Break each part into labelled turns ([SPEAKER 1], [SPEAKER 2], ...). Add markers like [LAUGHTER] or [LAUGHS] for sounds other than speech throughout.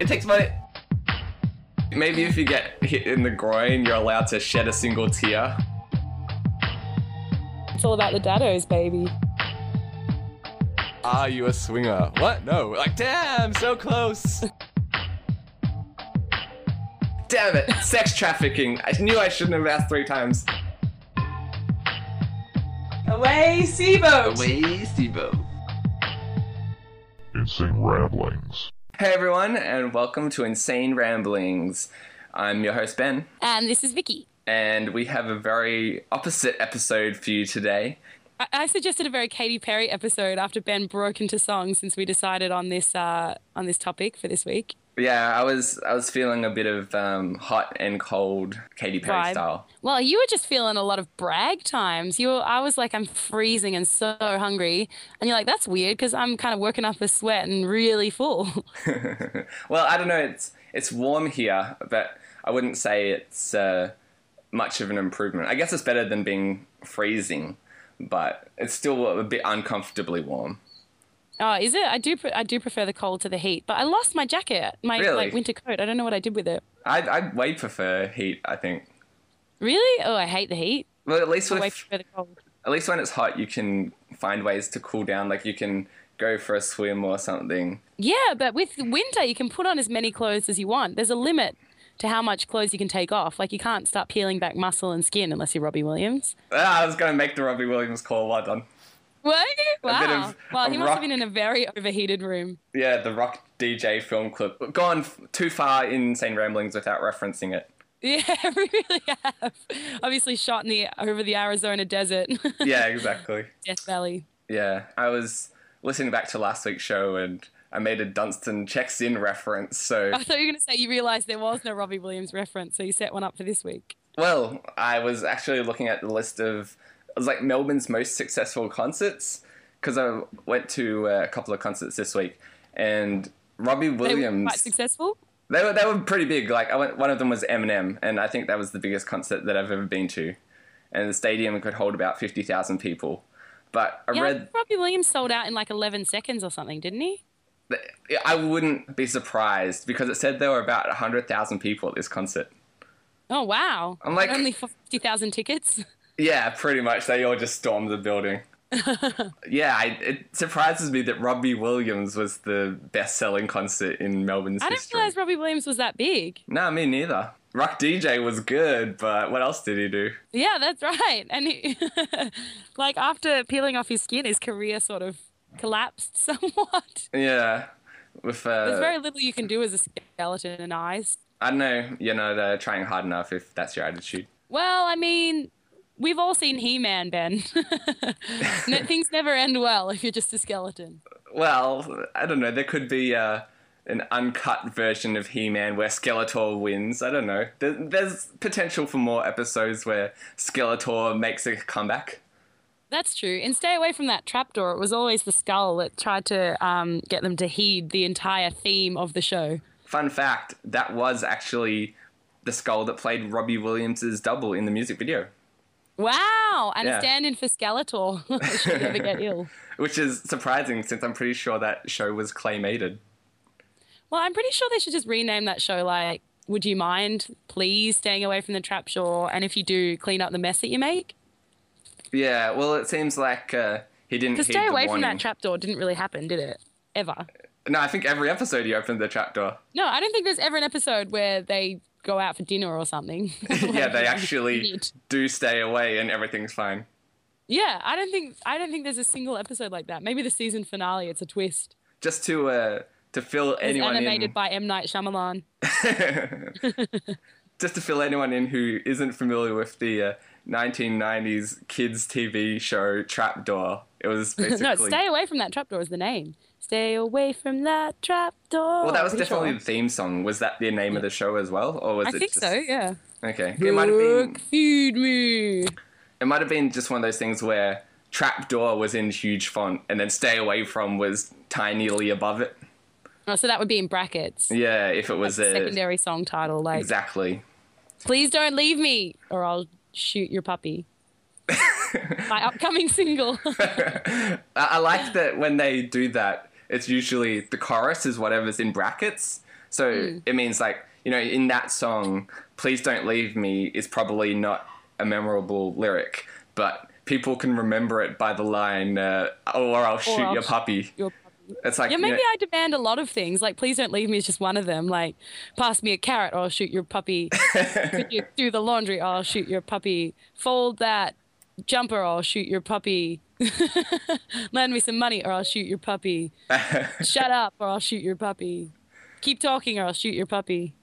[SPEAKER 1] It takes money. Maybe if you get hit in the groin, you're allowed to shed a single tear.
[SPEAKER 2] It's all about the dados, baby.
[SPEAKER 1] Are Ah, you a swinger? What? No. Like, damn, so close. damn it. Sex trafficking. I knew I shouldn't have asked three times.
[SPEAKER 2] Away, Seaboat!
[SPEAKER 1] Away, Stevo.
[SPEAKER 3] Insane Ramblings.
[SPEAKER 1] Hey, everyone, and welcome to Insane Ramblings. I'm your host, Ben.
[SPEAKER 2] And this is Vicky.
[SPEAKER 1] and we have a very opposite episode for you today.
[SPEAKER 2] I, I suggested a very Katy Perry episode after Ben broke into song since we decided on this uh, on this topic for this week.
[SPEAKER 1] Yeah, I was I was feeling a bit of um, hot and cold Katy Perry
[SPEAKER 2] Vibe.
[SPEAKER 1] style.
[SPEAKER 2] Well, you were just feeling a lot of brag times. You were, I was like, I'm freezing and so hungry, and you're like, that's weird because I'm kind of working up a sweat and really full. [LAUGHS]
[SPEAKER 1] well, I don't know. It's it's warm here, but I wouldn't say it's uh, much of an improvement. I guess it's better than being freezing, but it's still a bit uncomfortably warm.
[SPEAKER 2] Oh, is it? I do. Pre- I do prefer the cold to the heat, but I lost my jacket, my
[SPEAKER 1] Really?
[SPEAKER 2] like winter coat. I don't know what I did with it.
[SPEAKER 1] I'd, I'd way prefer heat. I think.
[SPEAKER 2] Really? Oh, I hate the heat.
[SPEAKER 1] Well, at least
[SPEAKER 2] I
[SPEAKER 1] with
[SPEAKER 2] way prefer the cold.
[SPEAKER 1] at least when it's hot, you can find ways to cool down. Like you can go for a swim or something.
[SPEAKER 2] Yeah, but with winter, you can put on as many clothes as you want. There's a limit to how much clothes you can take off. Like you can't start peeling back muscle and skin unless you're Robbie Williams.
[SPEAKER 1] Ah, I was going to make the Robbie Williams call. Well done.
[SPEAKER 2] What?
[SPEAKER 1] A bit
[SPEAKER 2] Wow.
[SPEAKER 1] of-
[SPEAKER 2] Well,
[SPEAKER 1] of
[SPEAKER 2] he must
[SPEAKER 1] rock.
[SPEAKER 2] have been in a very overheated room. [LAUGHS]
[SPEAKER 1] Yeah, the Rock DJ film clip. We've Gone f- too far in Insane Ramblings without referencing it.
[SPEAKER 2] Yeah, we really have. Obviously, shot in the over the Arizona desert. [LAUGHS]
[SPEAKER 1] Yeah, exactly.
[SPEAKER 2] Death Valley.
[SPEAKER 1] yeah, I was listening back to last week's show and I made a Dunstan checks in reference.
[SPEAKER 2] [LAUGHS]
[SPEAKER 1] So,
[SPEAKER 2] I thought you were going to say you realised there was no Robbie Williams reference, so you set one up for this week.
[SPEAKER 1] well, I was actually looking at the list of, it was like Melbourne's most successful concerts because I went to uh, a couple of concerts this week and Robbie
[SPEAKER 2] They were
[SPEAKER 1] Williams.
[SPEAKER 2] quite successful.
[SPEAKER 1] They were they were pretty big. Like I went, one of them was Eminem, and I think that was the biggest concert that I've ever been to, and the stadium could hold about fifty thousand people. But I
[SPEAKER 2] Yeah,
[SPEAKER 1] read,
[SPEAKER 2] Robbie Williams sold out in like 11 seconds or something, didn't he?
[SPEAKER 1] that- I wouldn't be surprised because it said there were about hundred thousand people at this concert.
[SPEAKER 2] Oh wow!
[SPEAKER 1] I'm like-
[SPEAKER 2] only fifty thousand tickets.
[SPEAKER 1] Yeah, pretty much. They all just stormed the
[SPEAKER 2] [LAUGHS]
[SPEAKER 1] building. yeah, I, it surprises me that Robbie Williams was the best-selling concert in Melbourne's
[SPEAKER 2] I didn't
[SPEAKER 1] history.
[SPEAKER 2] realize Robbie Williams was that big.
[SPEAKER 1] No, me neither. Rock DJ was good, but what else did he do?
[SPEAKER 2] Yeah, that's right. And he, [LAUGHS] like after peeling off his skin, his career sort of collapsed [LAUGHS] somewhat.
[SPEAKER 1] Yeah, with uh,
[SPEAKER 2] There's very little you can do as a skeleton and eyes.
[SPEAKER 1] I don't know, you're not uh, trying hard enough if that's your attitude.
[SPEAKER 2] Well, I mean, we've all seen He-Man, Ben. [LAUGHS]
[SPEAKER 1] [LAUGHS]
[SPEAKER 2] no, things never end well if you're just a skeleton.
[SPEAKER 1] Well, I don't know. There could be uh, an uncut version of He Man where Skeletor wins. I don't know. There, there's potential for more episodes where Skeletor makes a comeback.
[SPEAKER 2] That's true. And stay away from that trapdoor. It was always the skull that tried to um, get them to heed the entire theme of the show.
[SPEAKER 1] Fun fact that was actually the skull that played Robbie Williams' double in the music video,
[SPEAKER 2] Wow, and
[SPEAKER 1] Yeah.
[SPEAKER 2] a stand-in for Skeletor. [LAUGHS] Should never get ill.
[SPEAKER 1] which is surprising since I'm pretty sure that show was claymated.
[SPEAKER 2] Well, I'm pretty sure they should just rename that show like Would You Mind Please Staying Away from the Trap Shore and if you do clean up the mess that you make?
[SPEAKER 1] Yeah, well, it seems like uh, he didn't.
[SPEAKER 2] Because
[SPEAKER 1] heed
[SPEAKER 2] stay
[SPEAKER 1] the
[SPEAKER 2] away from
[SPEAKER 1] warning.
[SPEAKER 2] that trapdoor didn't really happen, did it? Ever.
[SPEAKER 1] No, I think every episode he opened the trapdoor.
[SPEAKER 2] No, I don't think there's ever an episode where they go out for dinner
[SPEAKER 1] [LAUGHS]
[SPEAKER 2] or something. [LAUGHS]
[SPEAKER 1] yeah, they
[SPEAKER 2] Like, [LAUGHS]
[SPEAKER 1] actually
[SPEAKER 2] idiot.
[SPEAKER 1] do stay away and everything's fine.
[SPEAKER 2] Yeah, I don't think I don't think there's a single episode like that. Maybe the season finale, it's a twist.
[SPEAKER 1] Just to uh, to fill
[SPEAKER 2] It's
[SPEAKER 1] anyone
[SPEAKER 2] animated
[SPEAKER 1] in,
[SPEAKER 2] by M. Night Shyamalan. [LAUGHS]
[SPEAKER 1] just to fill anyone in who isn't familiar with the uh, 1990s kids TV show Trapdoor. It was basically
[SPEAKER 2] [LAUGHS] no, stay away from that trapdoor is the name. Stay away from that trapdoor.
[SPEAKER 1] well, that was
[SPEAKER 2] Pretty sure.
[SPEAKER 1] definitely the theme song. Was that the name of the show as well, or was
[SPEAKER 2] I
[SPEAKER 1] it?
[SPEAKER 2] think
[SPEAKER 1] just...
[SPEAKER 2] so. Yeah.
[SPEAKER 1] Okay, it might have been.
[SPEAKER 2] Look, feed me.
[SPEAKER 1] It might have been just one of those things where Trapdoor was in huge font, and then Stay Away From was tinily above it.
[SPEAKER 2] Oh, so that would be in brackets.
[SPEAKER 1] Yeah, if it was a
[SPEAKER 2] Secondary song title, like
[SPEAKER 1] exactly.
[SPEAKER 2] "Please don't leave me, or I'll shoot
[SPEAKER 1] [LAUGHS]
[SPEAKER 2] your puppy." My upcoming single. [LAUGHS]
[SPEAKER 1] I, I like that when they do that, it's usually the chorus is whatever's in brackets. So
[SPEAKER 2] Hmm.
[SPEAKER 1] it means like, you know, in that song, Please Don't Leave Me is probably not a memorable lyric, but people can remember it by the line, uh, or I'll shoot
[SPEAKER 2] I'll
[SPEAKER 1] your
[SPEAKER 2] sh-
[SPEAKER 1] puppy.
[SPEAKER 2] Your-
[SPEAKER 1] It's like,
[SPEAKER 2] yeah,
[SPEAKER 1] you know-
[SPEAKER 2] maybe I demand a lot of things. Like, please don't leave me is just one of them. Like, pass me a carrot or I'll shoot your puppy. Could
[SPEAKER 1] [LAUGHS]
[SPEAKER 2] you do the laundry or I'll shoot your puppy. Fold that jumper or I'll shoot your puppy. [LAUGHS] Lend me some money or I'll shoot
[SPEAKER 1] [LAUGHS]
[SPEAKER 2] your puppy. Shut up or I'll shoot your puppy. Keep talking or I'll shoot your puppy.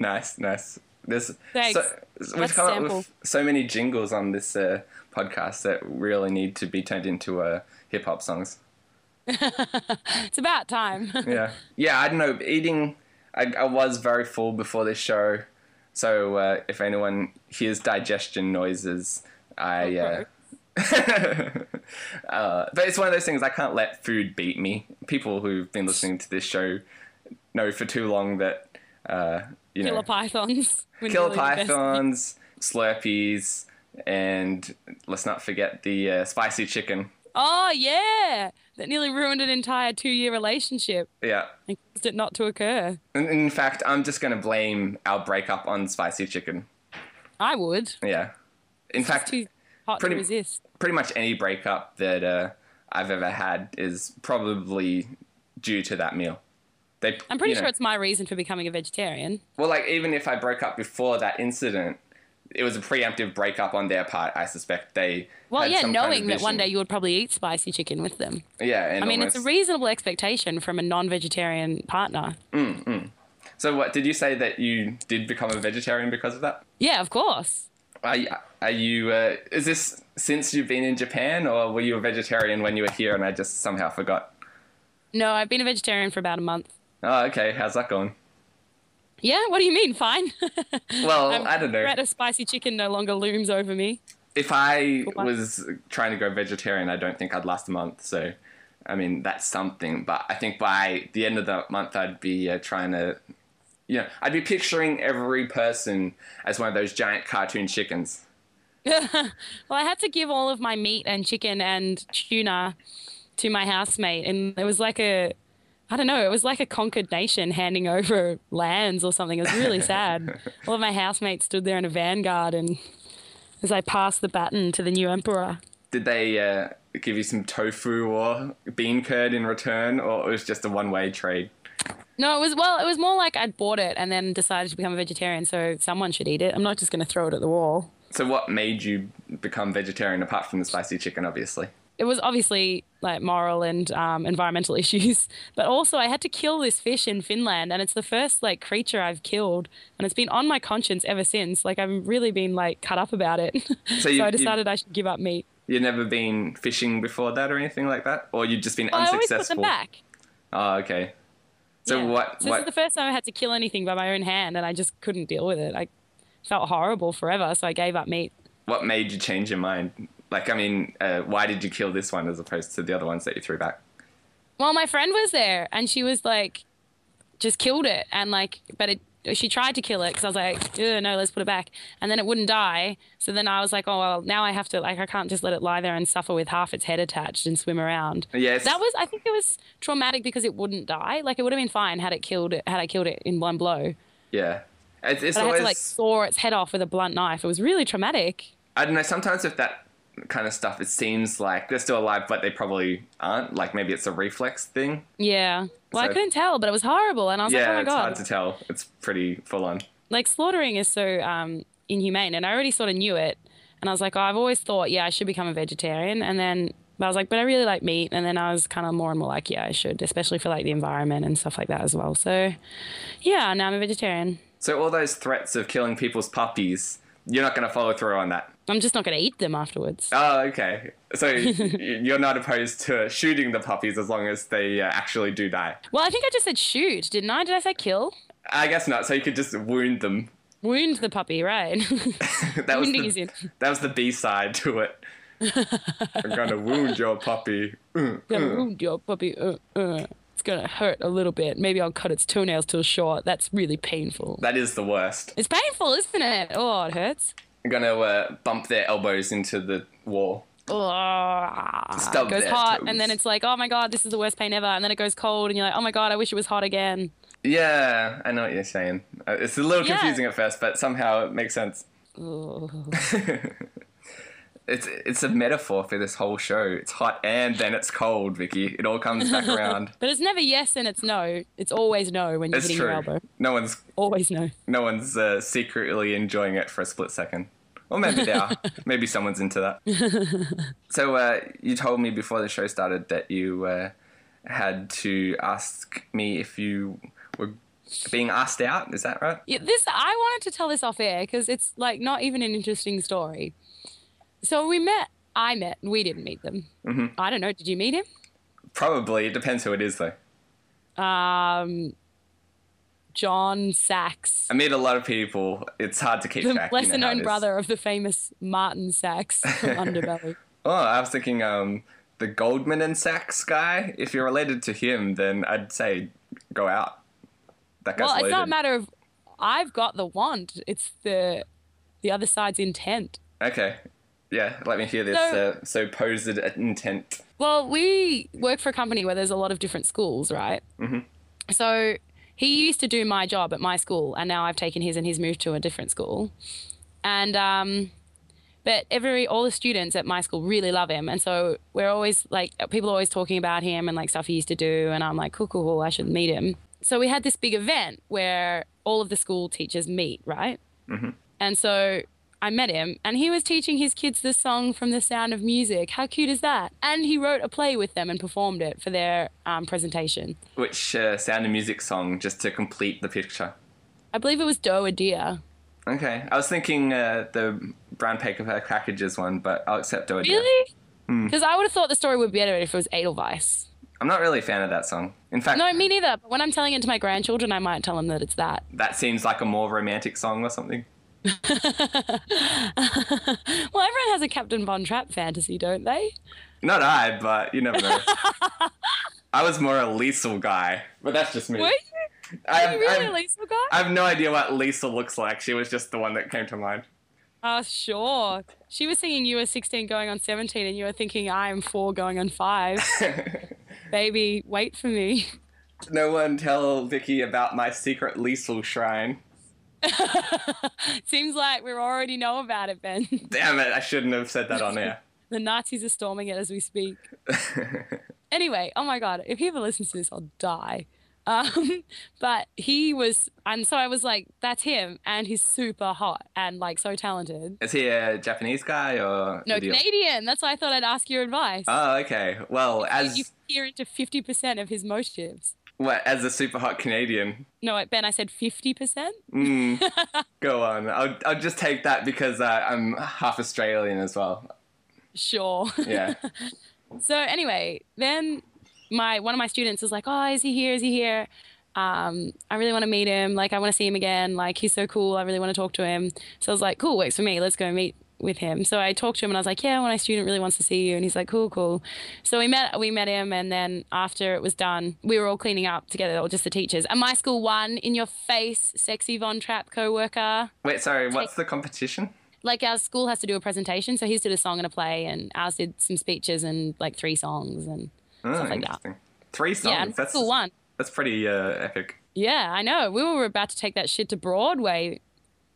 [SPEAKER 1] Nice, nice. There's
[SPEAKER 2] Thanks.
[SPEAKER 1] so we've
[SPEAKER 2] That's
[SPEAKER 1] come up
[SPEAKER 2] sample.
[SPEAKER 1] with so many jingles on this uh, podcast that really need to be turned into uh, hip hop songs.
[SPEAKER 2] It's about time. [LAUGHS]
[SPEAKER 1] Yeah, yeah. I don't know. Eating, I, I was very full before this show, so uh, if anyone hears digestion noises, I. Uh, [LAUGHS] uh, but it's one of those things I can't let food beat me. People who've been listening to this show know for too long that uh, you know
[SPEAKER 2] Killer pythons. [LAUGHS] would
[SPEAKER 1] Killer
[SPEAKER 2] really be the best.
[SPEAKER 1] pythons, Slurpees, and let's not forget the uh, spicy chicken.
[SPEAKER 2] Oh yeah, that nearly ruined an entire two-year relationship
[SPEAKER 1] Yeah.
[SPEAKER 2] and caused it not to occur.
[SPEAKER 1] In, in fact, I'm just going to blame our breakup on spicy chicken.
[SPEAKER 2] I would.
[SPEAKER 1] Yeah. In fact,
[SPEAKER 2] Too hot
[SPEAKER 1] pretty-
[SPEAKER 2] to resist.
[SPEAKER 1] pretty much any breakup that uh, I've ever had is probably due to that meal. They,
[SPEAKER 2] I'm pretty
[SPEAKER 1] you know-
[SPEAKER 2] sure it's my reason for becoming a vegetarian.
[SPEAKER 1] Well, like, even if I broke up before that incident, it was a preemptive breakup on their part, I suspect. They.
[SPEAKER 2] Well,
[SPEAKER 1] had
[SPEAKER 2] yeah,
[SPEAKER 1] some kind of
[SPEAKER 2] knowing that one
[SPEAKER 1] vision.
[SPEAKER 2] day you would probably eat spicy chicken with them.
[SPEAKER 1] Yeah, and
[SPEAKER 2] I mean, it's a
[SPEAKER 1] almost-
[SPEAKER 2] reasonable expectation from a non-vegetarian partner.
[SPEAKER 1] So what did you say that you did become a vegetarian because of that?
[SPEAKER 2] Yeah, of course.
[SPEAKER 1] Are you, are you uh, is this since you've been in Japan or were you a vegetarian when you were here and I just somehow forgot?
[SPEAKER 2] No, I've been a vegetarian for about a month.
[SPEAKER 1] Oh, okay. How's that going?
[SPEAKER 2] Yeah, what do you mean? Fine. [LAUGHS]
[SPEAKER 1] Well,
[SPEAKER 2] I'm-
[SPEAKER 1] I don't know.
[SPEAKER 2] Threat of spicy chicken no longer looms over me.
[SPEAKER 1] If I
[SPEAKER 2] What?
[SPEAKER 1] was trying to go vegetarian, I don't think I'd last a month. So, I mean, that's something. But I think by the end of the month, I'd be uh, trying to, you know, I'd be picturing every person as one of those giant cartoon chickens.
[SPEAKER 2] Well, I had to give all of my meat and chicken and tuna to my housemate, and it was like a, I don't know, it was like a conquered nation handing over lands or something. It was really sad. all of my housemates stood there in a vanguard, and as I passed the baton to the new emperor,
[SPEAKER 1] did they uh, give you some tofu or bean curd in return, or it was just a one way trade?
[SPEAKER 2] no, it was well, it was more like I'd bought it and then decided to become a vegetarian, so someone should eat it. I'm not just going to throw it at the wall.
[SPEAKER 1] So, what made you become vegetarian apart from the spicy chicken, obviously?
[SPEAKER 2] it was obviously like moral and um, environmental [LAUGHS] issues, but also I had to kill this fish in Finland, and it's the first like creature I've killed, and it's been on my conscience ever since. Like I've really been like cut up about it, [LAUGHS] so,
[SPEAKER 1] you-
[SPEAKER 2] I
[SPEAKER 1] you-
[SPEAKER 2] decided I should give up meat.
[SPEAKER 1] You'd never been fishing before that or anything like that? Or you'd just been
[SPEAKER 2] I always put them
[SPEAKER 1] unsuccessful?
[SPEAKER 2] back.
[SPEAKER 1] Oh, okay. So,
[SPEAKER 2] Yeah.
[SPEAKER 1] what,
[SPEAKER 2] So this is
[SPEAKER 1] what,
[SPEAKER 2] the first time I had to kill anything by my own hand, and I just couldn't deal with it. I felt horrible forever, so I gave up meat.
[SPEAKER 1] what made you change your mind? Like, I mean, uh, why did you kill this one as opposed to the other ones that you threw back?
[SPEAKER 2] Well, my friend was there, and she was like, just killed it, and like, but it. She tried to kill it because I was like, "Ugh, no, let's put it back. And then it wouldn't die. So then I was like, oh, well, now I have to, like, I can't just let it lie there and suffer with half its head attached and swim around.
[SPEAKER 1] Yes.
[SPEAKER 2] That was, I think it was traumatic because it wouldn't die. Like, it would have been fine had it killed it, had I killed it in one blow.
[SPEAKER 1] Yeah. It's, it's
[SPEAKER 2] But I had
[SPEAKER 1] always.
[SPEAKER 2] to, like, saw its head off with a blunt knife. It was really traumatic.
[SPEAKER 1] I don't know. Sometimes with that kind of stuff, it seems like they're still alive, but they probably aren't. Like maybe it's a reflex thing.
[SPEAKER 2] Yeah. Well, I
[SPEAKER 1] So-
[SPEAKER 2] couldn't tell, but it was horrible. And I was
[SPEAKER 1] yeah,
[SPEAKER 2] like, oh my
[SPEAKER 1] it's
[SPEAKER 2] God.
[SPEAKER 1] hard to tell. It's pretty full on.
[SPEAKER 2] like slaughtering is so um, inhumane and i already sort of knew it and i was like oh, i've always thought yeah i should become a vegetarian and then but i was like but i really like meat and then i was kind of more and more like yeah i should especially for like the environment and stuff like that as well so yeah now i'm a vegetarian
[SPEAKER 1] So all those threats of killing people's puppies, you're not going to follow through on that.
[SPEAKER 2] i'm just not going to eat them afterwards
[SPEAKER 1] Oh, okay.
[SPEAKER 2] [LAUGHS]
[SPEAKER 1] So y- you're not opposed to shooting the puppies as long as they uh, actually do die.
[SPEAKER 2] well i think i just said shoot didn't i did i say kill
[SPEAKER 1] I guess not. So you could just wound them.
[SPEAKER 2] wound the puppy right [LAUGHS]
[SPEAKER 1] [LAUGHS] That was
[SPEAKER 2] Wounding is
[SPEAKER 1] the,
[SPEAKER 2] in.
[SPEAKER 1] that was the B side to
[SPEAKER 2] [LAUGHS]
[SPEAKER 1] it. I'm gonna wound your puppy. Mm.
[SPEAKER 2] gonna wound your puppy uh, uh. it's gonna hurt a little bit maybe i'll cut its toenails till short that's really painful
[SPEAKER 1] That is the worst.
[SPEAKER 2] it's painful isn't it oh it hurts
[SPEAKER 1] I'm gonna uh, bump their elbows into the wall.
[SPEAKER 2] Ugh.
[SPEAKER 1] Stub
[SPEAKER 2] Ah, it goes
[SPEAKER 1] their
[SPEAKER 2] hot
[SPEAKER 1] toes.
[SPEAKER 2] and then it's like oh my god this is the worst pain ever and then it goes cold and you're like oh my god i wish it was hot again
[SPEAKER 1] Yeah, I know what you're saying. Uh, It's a little
[SPEAKER 2] Yeah.
[SPEAKER 1] confusing at first, but somehow it makes sense.
[SPEAKER 2] Ooh.
[SPEAKER 1] It's it's a metaphor for this whole show. It's hot and then it's cold, Vicky. It all comes
[SPEAKER 2] [LAUGHS]
[SPEAKER 1] back around.
[SPEAKER 2] But it's never yes and it's no. It's always no when you're
[SPEAKER 1] It's
[SPEAKER 2] hitting your
[SPEAKER 1] true.
[SPEAKER 2] elbow.
[SPEAKER 1] No one's
[SPEAKER 2] Always no.
[SPEAKER 1] no one's uh, secretly enjoying it for a split second. Or maybe they
[SPEAKER 2] [LAUGHS]
[SPEAKER 1] are. maybe someone's into that. so uh, you told me before the show started that you uh, had to ask me if you were being asked out. Is that right?
[SPEAKER 2] Yeah, this I wanted to tell this off air because it's like not even an interesting story. So we met. I met. We didn't meet them.
[SPEAKER 1] Mm-hmm.
[SPEAKER 2] I don't know. Did you meet him?
[SPEAKER 1] Probably. It depends who it is, though.
[SPEAKER 2] Um, John Sachs,
[SPEAKER 1] I meet a lot of people. It's hard
[SPEAKER 2] [LAUGHS]
[SPEAKER 1] to keep
[SPEAKER 2] the
[SPEAKER 1] track. you know
[SPEAKER 2] lesser
[SPEAKER 1] how it
[SPEAKER 2] known
[SPEAKER 1] is.
[SPEAKER 2] brother of the famous Martin
[SPEAKER 1] [LAUGHS]
[SPEAKER 2] Sachs from Underbelly.
[SPEAKER 1] Oh, I was thinking um, the Goldman and Sachs guy. If you're related to him, then I'd say go out. That guy's
[SPEAKER 2] Well, it's
[SPEAKER 1] loaded.
[SPEAKER 2] not a matter of I've got the want. It's the the other side's intent.
[SPEAKER 1] Okay. Yeah, let me hear this.
[SPEAKER 2] So-
[SPEAKER 1] So, uh, so posed intent.
[SPEAKER 2] Well, we work for a company where there's a lot of different schools, right? Mm-hmm. So he used to do my job at my school, and now I've taken his, and he's moved to a different school. And um, but every all the students at my school really love him, and so we're always like people are always talking about him and like stuff he used to do, and I'm like, cool, cool, cool, I should meet him. So we had this big event where all of the school teachers meet, right? And so I met him, and he was teaching his kids the song from The Sound of Music. How cute is that? And he wrote a play with them and performed it for their um, presentation.
[SPEAKER 1] Which uh, sound and music song, just to complete the picture?
[SPEAKER 2] I believe it was Doe a Deer.
[SPEAKER 1] Okay. I was thinking uh, the brown paper packages one, but I'll accept Doja.
[SPEAKER 2] Really? Because I would have thought the story would be better if it was Edelweiss.
[SPEAKER 1] I'm not really a fan of that song. In fact,
[SPEAKER 2] No, me neither. But when I'm telling it to my grandchildren, I might tell them that it's that.
[SPEAKER 1] that seems like a more romantic song or something.
[SPEAKER 2] Well, everyone has a Captain Von Trapp fantasy, don't they?
[SPEAKER 1] Not I, but you never
[SPEAKER 2] [LAUGHS]
[SPEAKER 1] know. I was more a lethal guy, but that's just me.
[SPEAKER 2] Were you,
[SPEAKER 1] I,
[SPEAKER 2] were you really a Lisa guy?
[SPEAKER 1] I have no idea what Lisa looks like. She was just the one that came to mind.
[SPEAKER 2] Oh, sure. She was singing You Were 16 Going on 17, and you were thinking I am 4 Going on 5. Baby, wait for me.
[SPEAKER 1] No one tell Vicky about my secret Liesel shrine.
[SPEAKER 2] Seems like we already know about it, Ben. [LAUGHS]
[SPEAKER 1] Damn it, I shouldn't have said that on air. [LAUGHS]
[SPEAKER 2] the Nazis are storming it as we speak. anyway, oh my God, if he ever listens to this, I'll die. Um, [LAUGHS] but he was, and so I was like, that's him, and he's super hot and like so talented.
[SPEAKER 1] Is he a Japanese guy or
[SPEAKER 2] No,
[SPEAKER 1] Indian?
[SPEAKER 2] Canadian. That's why I thought I'd ask your advice.
[SPEAKER 1] Oh, okay. Well, as
[SPEAKER 2] you peer into 50% of his motives.
[SPEAKER 1] what, as a super hot Canadian, Hmm.
[SPEAKER 2] No, wait, Ben, I said 50%? [LAUGHS]
[SPEAKER 1] go on. I'll I'll just take that because uh, I'm half Australian as well.
[SPEAKER 2] Sure. [LAUGHS]
[SPEAKER 1] Yeah.
[SPEAKER 2] So anyway, then my one of my students was like, "Oh, is he here? Is he here? Um, I really want to meet him. Like, I want to see him again. Like, he's so cool. I really want to talk to him." So I was like, "Cool, works for me. Let's go meet with him." So I talked to him and I was like, "Yeah, my student really wants to see you." And he's like, "Cool, cool." So we met. We met him, and then after it was done, we were all cleaning up together, or just the teachers. And my school won in your face, sexy Von Trapp coworker
[SPEAKER 1] Wait, sorry. What's the competition?
[SPEAKER 2] like our school has to do a presentation, so he's did a song and a play, and ours did some speeches and like three songs and
[SPEAKER 1] Oh,
[SPEAKER 2] stuff like that.
[SPEAKER 1] interesting. Three songs.
[SPEAKER 2] Yeah, and
[SPEAKER 1] that's
[SPEAKER 2] school one.
[SPEAKER 1] that's pretty uh, epic.
[SPEAKER 2] Yeah, I know. We were about to take that shit to Broadway.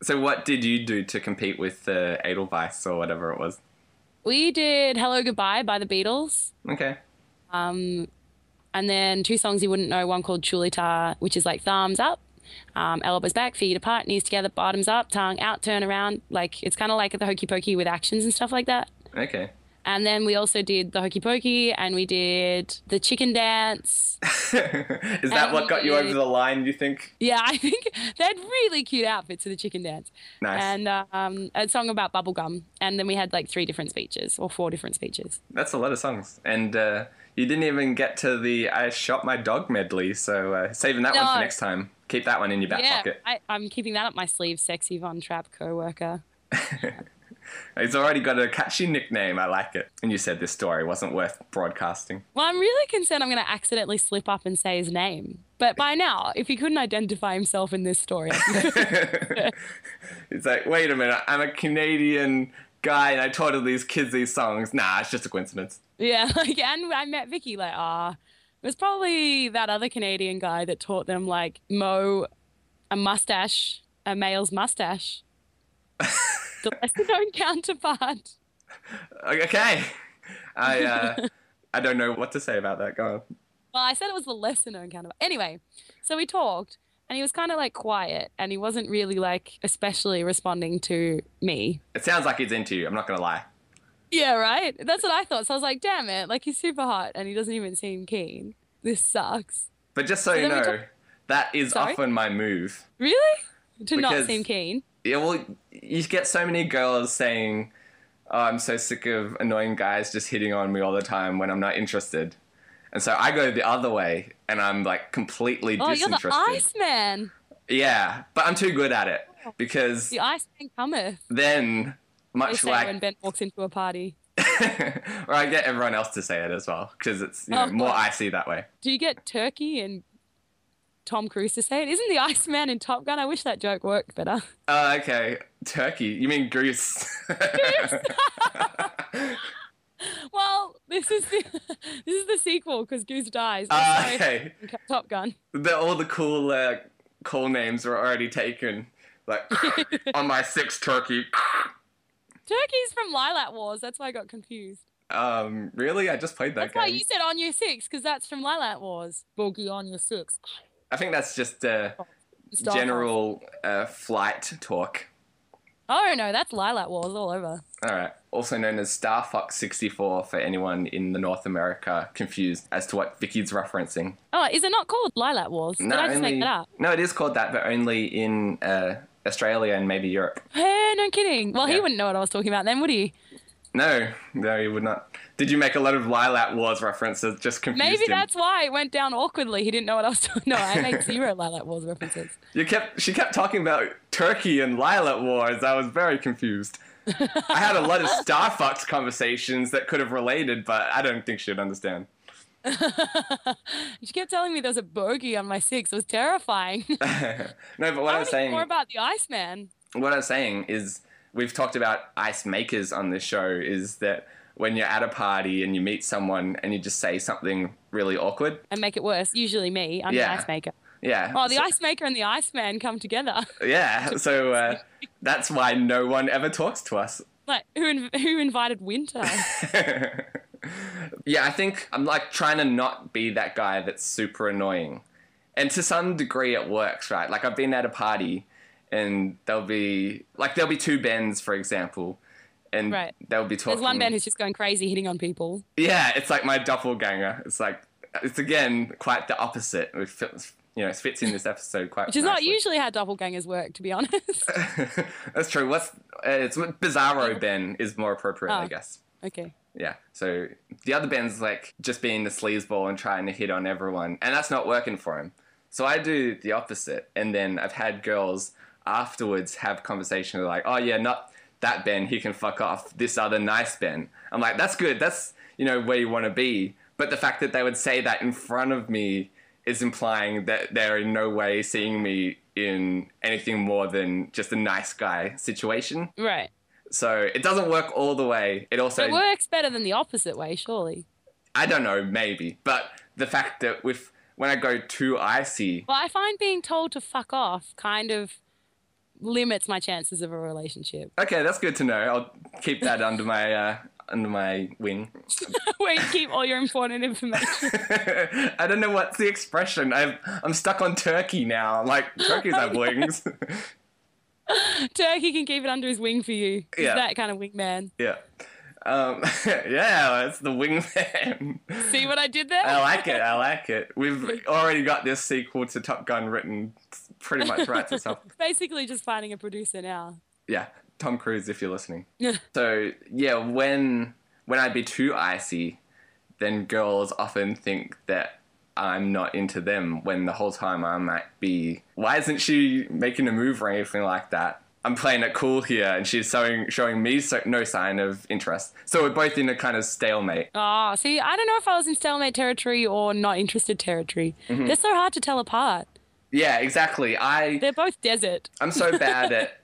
[SPEAKER 1] So, what did you do to compete with uh, Edelweiss or whatever it was?
[SPEAKER 2] We did "Hello Goodbye" by the Beatles,
[SPEAKER 1] Okay.
[SPEAKER 2] and then two songs you wouldn't know. One called "Chulita," which is like thumbs up, um, elbows back, feet apart, knees together, bottoms up, tongue out, turn around. Like it's kind of like the hokey pokey with actions and stuff like that.
[SPEAKER 1] Okay. [LAUGHS]
[SPEAKER 2] And then we also did the hokey pokey, and we did the chicken dance.
[SPEAKER 1] Is that what got you
[SPEAKER 2] Um,
[SPEAKER 1] over the line, you think?
[SPEAKER 2] Yeah, I think [LAUGHS] they had really cute outfits for the chicken dance.
[SPEAKER 1] Nice.
[SPEAKER 2] And uh, um, a song about bubblegum. And then we had like three different speeches or four different speeches.
[SPEAKER 1] That's a lot of songs. And uh, you didn't even get to the I Shot My Dog medley, so uh, saving that one for
[SPEAKER 2] No.
[SPEAKER 1] next time. Keep that one in your back
[SPEAKER 2] yeah,
[SPEAKER 1] pocket.
[SPEAKER 2] I, I'm keeping that up my sleeve, sexy Von Trapp co worker.
[SPEAKER 1] He's already got a catchy nickname. I like it. And you said this story wasn't worth broadcasting.
[SPEAKER 2] Well, I'm really concerned I'm going to accidentally slip up and say his name. But by now, if he couldn't identify himself in this story, [LAUGHS]
[SPEAKER 1] It's like, wait a minute, I'm a Canadian guy and I taught all these kids these songs. Nah, it's just a coincidence.
[SPEAKER 2] yeah, like, and I met Vicky, like, ah, It was probably that other Canadian guy that taught them like mow a mustache, a male's mustache. the lesser known counterpart.
[SPEAKER 1] Okay. I
[SPEAKER 2] [LAUGHS]
[SPEAKER 1] uh, I don't know what to say about that. Go on.
[SPEAKER 2] Well, I said it was the lesser known counterpart. Anyway, so we talked and he was kind of like quiet and he wasn't really like especially responding to me.
[SPEAKER 1] It sounds like he's into you. I'm not gonna lie.
[SPEAKER 2] Yeah, right? That's what I thought. So I was like, damn it. Like he's super hot and he doesn't even seem keen. This sucks.
[SPEAKER 1] But just so,
[SPEAKER 2] So
[SPEAKER 1] you
[SPEAKER 2] then we
[SPEAKER 1] know,
[SPEAKER 2] talk-
[SPEAKER 1] that is
[SPEAKER 2] Sorry?
[SPEAKER 1] often my move.
[SPEAKER 2] Really? To
[SPEAKER 1] Because-
[SPEAKER 2] not seem keen.
[SPEAKER 1] Yeah, well, you get so many girls saying, "Oh, I'm so sick of annoying guys just hitting on me all the time when I'm not interested," and so I go the other way and I'm like completely
[SPEAKER 2] Oh, you're the
[SPEAKER 1] disinterested.
[SPEAKER 2] Iceman.
[SPEAKER 1] Yeah, but I'm too good at it because
[SPEAKER 2] The Iceman cometh.
[SPEAKER 1] then,
[SPEAKER 2] They
[SPEAKER 1] much
[SPEAKER 2] say
[SPEAKER 1] [LAUGHS]
[SPEAKER 2] when
[SPEAKER 1] like,
[SPEAKER 2] Ben walks into a party.
[SPEAKER 1] or I get everyone else to say it as well because it's you know,
[SPEAKER 2] Oh, of
[SPEAKER 1] more
[SPEAKER 2] course.
[SPEAKER 1] icy that way.
[SPEAKER 2] Do you get Turkey and Tom Cruise to say it? Isn't the Iceman in Top Gun? I wish that joke worked better.
[SPEAKER 1] Uh, okay, Turkey. You mean Greece? [LAUGHS]
[SPEAKER 2] Well, this is the [LAUGHS] this is the sequel because Goose dies.
[SPEAKER 1] uh,
[SPEAKER 2] I'm [LAUGHS] sorry.
[SPEAKER 1] okay.
[SPEAKER 2] Top Gun.
[SPEAKER 1] the, all the cool uh, call names were already taken.
[SPEAKER 2] [LAUGHS]
[SPEAKER 1] Like on my sixth turkey.
[SPEAKER 2] Turkey's from Lilac Wars. That's why I got confused.
[SPEAKER 1] um, really? I just played that
[SPEAKER 2] That's why
[SPEAKER 1] game.
[SPEAKER 2] you said on your six because that's from Lilac Wars. Boogie on your six.
[SPEAKER 1] I think that's just uh,
[SPEAKER 2] Oh, Star
[SPEAKER 1] general uh, flight talk.
[SPEAKER 2] Fox. Oh no, that's Lilac Wars all over.
[SPEAKER 1] All right. Also known as Star Fox 64 for anyone in the North America confused as to what Vicky's referencing.
[SPEAKER 2] Oh, is it not called Lilac Wars? Did I just make that up? [LAUGHS]
[SPEAKER 1] no, it is called that, but only in uh, Australia and maybe Europe.
[SPEAKER 2] Hey, no kidding. Well,
[SPEAKER 1] Yeah.
[SPEAKER 2] he wouldn't know what I was talking about then, would he?
[SPEAKER 1] No, no, you would not. Did you make a lot of Lilac Wars references? Just confused
[SPEAKER 2] Maybe
[SPEAKER 1] him.
[SPEAKER 2] that's why it went down awkwardly. He didn't know what I was talking. No, I make zero Lilac Wars references. [LAUGHS]
[SPEAKER 1] You kept she kept talking about Turkey and Lilac Wars. I was very confused. I had a lot of
[SPEAKER 2] [LAUGHS]
[SPEAKER 1] Star Fox conversations that could have related, but I don't think she'd understand. [LAUGHS]
[SPEAKER 2] She kept telling me there was a bogey on my six. It was terrifying. [LAUGHS]
[SPEAKER 1] Uh, No, but what I'm
[SPEAKER 2] I want to hear
[SPEAKER 1] saying
[SPEAKER 2] more about the Iceman.
[SPEAKER 1] what I'm saying is we've talked about ice makers on this show is that when you're at a party and you meet someone and you just say something really awkward.
[SPEAKER 2] and make it worse. Usually me, I'm
[SPEAKER 1] Yeah.
[SPEAKER 2] the ice maker.
[SPEAKER 1] Yeah.
[SPEAKER 2] Oh, the
[SPEAKER 1] so-
[SPEAKER 2] ice maker and the Iceman come together. [LAUGHS]
[SPEAKER 1] Yeah. So uh, that's why no one ever talks to us.
[SPEAKER 2] Like who in- who invited
[SPEAKER 1] [LAUGHS]
[SPEAKER 2] Winter?
[SPEAKER 1] yeah, I think I'm like trying to not be that guy that's super annoying. And to some degree it works, right? Like I've been at a party and there'll be like there'll be two Bens, for example. And
[SPEAKER 2] Right.
[SPEAKER 1] they'll be talking
[SPEAKER 2] There's one man who's just going crazy hitting on people.
[SPEAKER 1] Yeah, it's like my doppelganger. It's like it's again quite the opposite. It fits, you know, it fits in this episode quite
[SPEAKER 2] Which is not
[SPEAKER 1] nicely.
[SPEAKER 2] usually how doppelgangers work, to be [LAUGHS] honest.
[SPEAKER 1] [LAUGHS] That's true. What's uh, it's Bizarro Ben is more appropriate, I
[SPEAKER 2] Oh.
[SPEAKER 1] guess.
[SPEAKER 2] okay.
[SPEAKER 1] Yeah. So the other Ben's like just being the sleazeball and trying to hit on everyone, and that's not working for him. So I do the opposite, and then I've had girls afterwards have conversations like, "Oh yeah, not that Ben. He can fuck off. This other nice Ben." I'm like, "That's good. That's you know where you want to be." But the fact that they would say that in front of me is implying that they're in no way seeing me in anything more than just a nice guy situation.
[SPEAKER 2] Right.
[SPEAKER 1] So it doesn't work all the way. It also
[SPEAKER 2] It works better than the opposite way, surely.
[SPEAKER 1] I don't know, maybe. But the fact that with when I go too icy,
[SPEAKER 2] Well, I find being told to fuck off kind of limits my chances of a relationship. [LAUGHS]
[SPEAKER 1] okay, that's good to know. I'll keep that under my uh, under my wing. [LAUGHS]
[SPEAKER 2] Where you keep all your important information. [LAUGHS]
[SPEAKER 1] I don't know what's the expression. I've, I'm stuck on turkey now. Like turkeys have wings. [LAUGHS]
[SPEAKER 2] Turkey can keep it under his wing for you. He's
[SPEAKER 1] Yeah.
[SPEAKER 2] that kind of wingman.
[SPEAKER 1] yeah, um, [LAUGHS] yeah, it's the wingman.
[SPEAKER 2] See what I did
[SPEAKER 1] [LAUGHS]
[SPEAKER 2] there?
[SPEAKER 1] I like it. I like it. We've already got this sequel to Top Gun written pretty much right itself.
[SPEAKER 2] Basically just finding a producer now.
[SPEAKER 1] yeah, Tom Cruise, if you're listening. So yeah, when when I'd be too icy, then girls often think that I'm not into them. When the whole time I might be, why isn't she making a move or anything like that? I'm playing it cool here, and she's showing showing me so, no sign of interest. So we're both in a kind of stalemate.
[SPEAKER 2] Oh, see, I don't know if I was in stalemate territory or not interested territory.
[SPEAKER 1] Mm-hmm.
[SPEAKER 2] They're so hard to tell apart.
[SPEAKER 1] Yeah, exactly. I
[SPEAKER 2] They're both desert.
[SPEAKER 1] I'm so bad at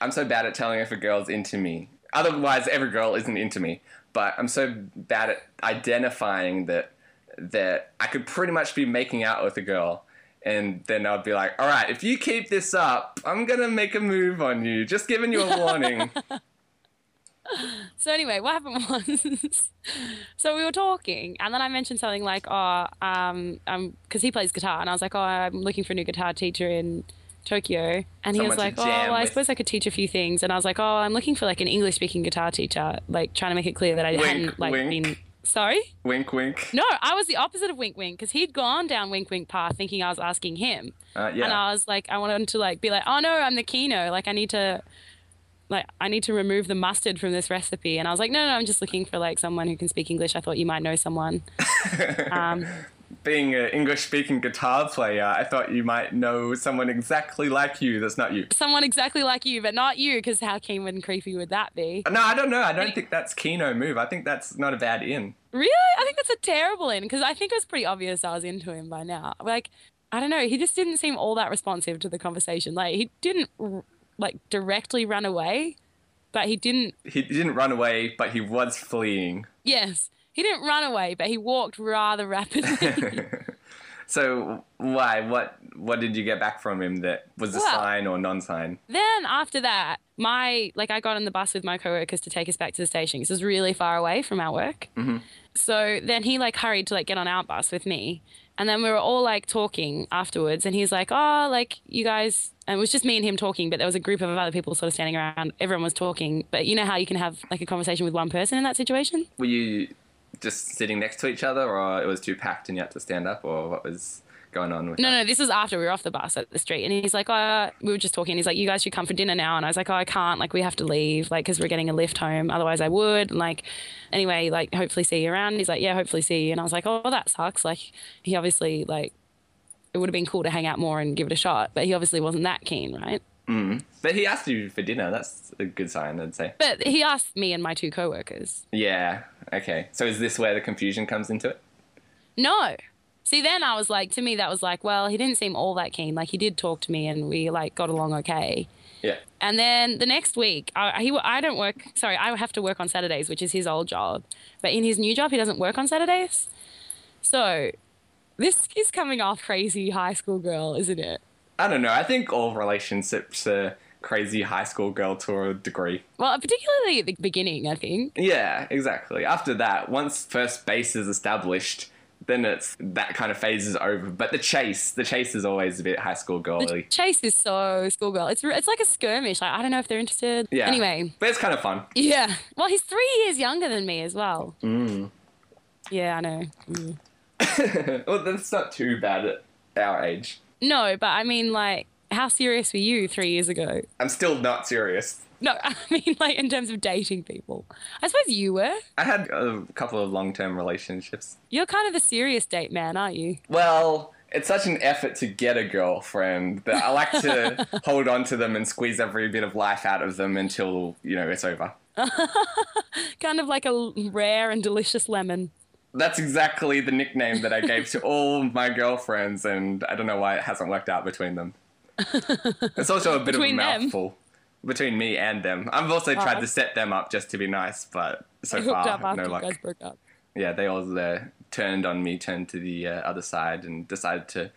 [SPEAKER 1] I'm so bad at telling if a girl's into me. Otherwise, every girl isn't into me. But I'm so bad at identifying that that I could pretty much be making out with a girl. And then I'd be like, all right, if you keep this up, I'm going to make a move on you. Just giving you a warning.
[SPEAKER 2] So anyway, what happened [LAUGHS] was, so we were talking, and then I mentioned something like, "Oh, um, um, because he plays guitar," and I was like, "Oh, I'm looking for a new guitar teacher in Tokyo," and he
[SPEAKER 1] Someone
[SPEAKER 2] was
[SPEAKER 1] to
[SPEAKER 2] like, "Oh,
[SPEAKER 1] jam
[SPEAKER 2] well, I
[SPEAKER 1] with."
[SPEAKER 2] suppose I could teach a few things," and I was like, "Oh, I'm looking for like an English-speaking guitar teacher," like trying to make it clear that I
[SPEAKER 1] Wink,
[SPEAKER 2] hadn't like
[SPEAKER 1] wink.
[SPEAKER 2] been. Sorry,
[SPEAKER 1] wink, wink.
[SPEAKER 2] no, I was the opposite of wink wink because he'd gone down wink wink path thinking I was asking him,
[SPEAKER 1] Uh, yeah.
[SPEAKER 2] and I was like, I wanted to like be like, oh no, I'm the kino. Like I need to, like I need to remove the mustard from this recipe. And I was like, no, no, I'm just looking for like someone who can speak English. I thought you might know someone. Um,
[SPEAKER 1] Being an English speaking guitar player, I thought you might know someone exactly like you that's not you.
[SPEAKER 2] someone exactly like you, but not you, because how keen and creepy would that be?
[SPEAKER 1] No, I don't know. I don't think that's Kino move. I think that's not a bad in.
[SPEAKER 2] Really? I think that's a terrible in because I think it was pretty obvious I was into him by now. Like, I don't know. He just didn't seem all that responsive to the conversation. Like, he didn't r- like directly run away, but he didn't
[SPEAKER 1] He didn't run away, but he was
[SPEAKER 2] [LAUGHS]
[SPEAKER 1] fleeing.
[SPEAKER 2] Yes. He didn't run away, but he walked rather [LAUGHS] rapidly.
[SPEAKER 1] So why? What? What did you get back from him that was a
[SPEAKER 2] Well-
[SPEAKER 1] sign or non-sign?
[SPEAKER 2] then after that, my like I got on the bus with my coworkers to take us back to the station because it was really far away from our work. So then he like hurried to like get on our bus with me, and then we were all like talking afterwards, and he's like, "Oh, like you guys," and it was just me and him talking, but there was a group of other people sort of standing around. Everyone was talking, but you know how you can have like a conversation with one person in that situation.
[SPEAKER 1] Were you just sitting next to each other, or it was too packed and you had to stand up, or what was going on with
[SPEAKER 2] No,
[SPEAKER 1] that?
[SPEAKER 2] no, this was after we were off the bus at the street. And he's like, uh, we were just talking. He's like, you guys should come for dinner now. And I was like, oh, I can't. Like, we have to leave, like, because we're getting a lift home. Otherwise, I would. And, like, anyway, like, hopefully see you around. He's like, yeah, hopefully see you. And I was like, oh, that sucks. Like, he obviously, like, it would have been cool to hang out more and give it a shot. But he obviously wasn't that keen, right?
[SPEAKER 1] But he asked you for dinner. That's a good sign, I'd say.
[SPEAKER 2] But he asked me and my two coworkers.
[SPEAKER 1] Yeah. Okay. So is this where the confusion comes into it?
[SPEAKER 2] No. See, then I was like, to me, that was like, well, he didn't seem all that keen. Like, he did talk to me and we, like, got along okay.
[SPEAKER 1] Yeah.
[SPEAKER 2] And then the next week, I, he, I don't work. Sorry, I have to work on Saturdays, which is his old job. But in his new job, he doesn't work on Saturdays. So this is coming off crazy high school girl, isn't it?
[SPEAKER 1] I don't know. I think all relationships are crazy high school girl to a degree.
[SPEAKER 2] Well, particularly at the beginning, I think.
[SPEAKER 1] Yeah, exactly. After that, once first base is established, then it's that kind of phase is over. But the chase, the chase is always a bit high school girly.
[SPEAKER 2] Chase is so schoolgirl. It's it's like a skirmish. Like I don't know if they're interested.
[SPEAKER 1] Yeah.
[SPEAKER 2] Anyway.
[SPEAKER 1] But it's kind of fun. [LAUGHS]
[SPEAKER 2] Yeah. Well, he's three years younger than me as well. Yeah, I know.
[SPEAKER 1] Well, that's not too bad at our age.
[SPEAKER 2] No, but I mean, like, how serious were you three years ago?
[SPEAKER 1] I'm still not serious.
[SPEAKER 2] No, [LAUGHS] I mean, like, in terms of dating people. I suppose you were.
[SPEAKER 1] I had a couple of long term relationships.
[SPEAKER 2] You're kind of the serious date man, aren't you?
[SPEAKER 1] Well, it's such an effort to get a girlfriend that I like to hold on to them and squeeze every bit of life out of them until, you know, it's over.
[SPEAKER 2] Kind of like a l- rare and delicious lemon.
[SPEAKER 1] That's exactly the nickname that I gave to all my girlfriends, and I don't know why it hasn't worked out between
[SPEAKER 2] [LAUGHS]
[SPEAKER 1] them. It's also a bit
[SPEAKER 2] Between
[SPEAKER 1] of a
[SPEAKER 2] them?
[SPEAKER 1] mouthful between me and them. I've also tried
[SPEAKER 2] Oh.
[SPEAKER 1] to set them up just to be nice, but so
[SPEAKER 2] I [LAUGHS] hooked up
[SPEAKER 1] far,
[SPEAKER 2] after
[SPEAKER 1] no
[SPEAKER 2] you
[SPEAKER 1] luck.
[SPEAKER 2] guys broke up.
[SPEAKER 1] Yeah, they all uh, turned on me, turned to the uh, other side, and decided to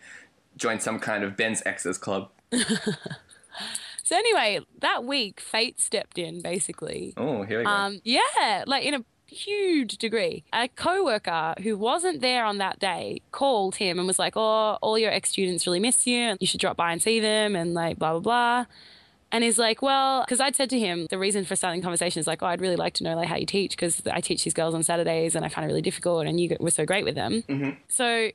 [SPEAKER 1] join some kind of Ben's Exes club.
[SPEAKER 2] So anyway, that week, fate stepped in, basically.
[SPEAKER 1] Oh, here we go.
[SPEAKER 2] Um, yeah, like in a huge degree. A coworker who wasn't there on that day called him and was like, "Oh, all your ex students really miss you, and you should drop by and see them," and like blah blah blah. And he's like, "Well," because I'd said to him the reason for starting the conversation is like, "Oh, I'd really like to know like how you teach because I teach these girls on Saturdays and I find it really difficult, and you g- were so great with them." So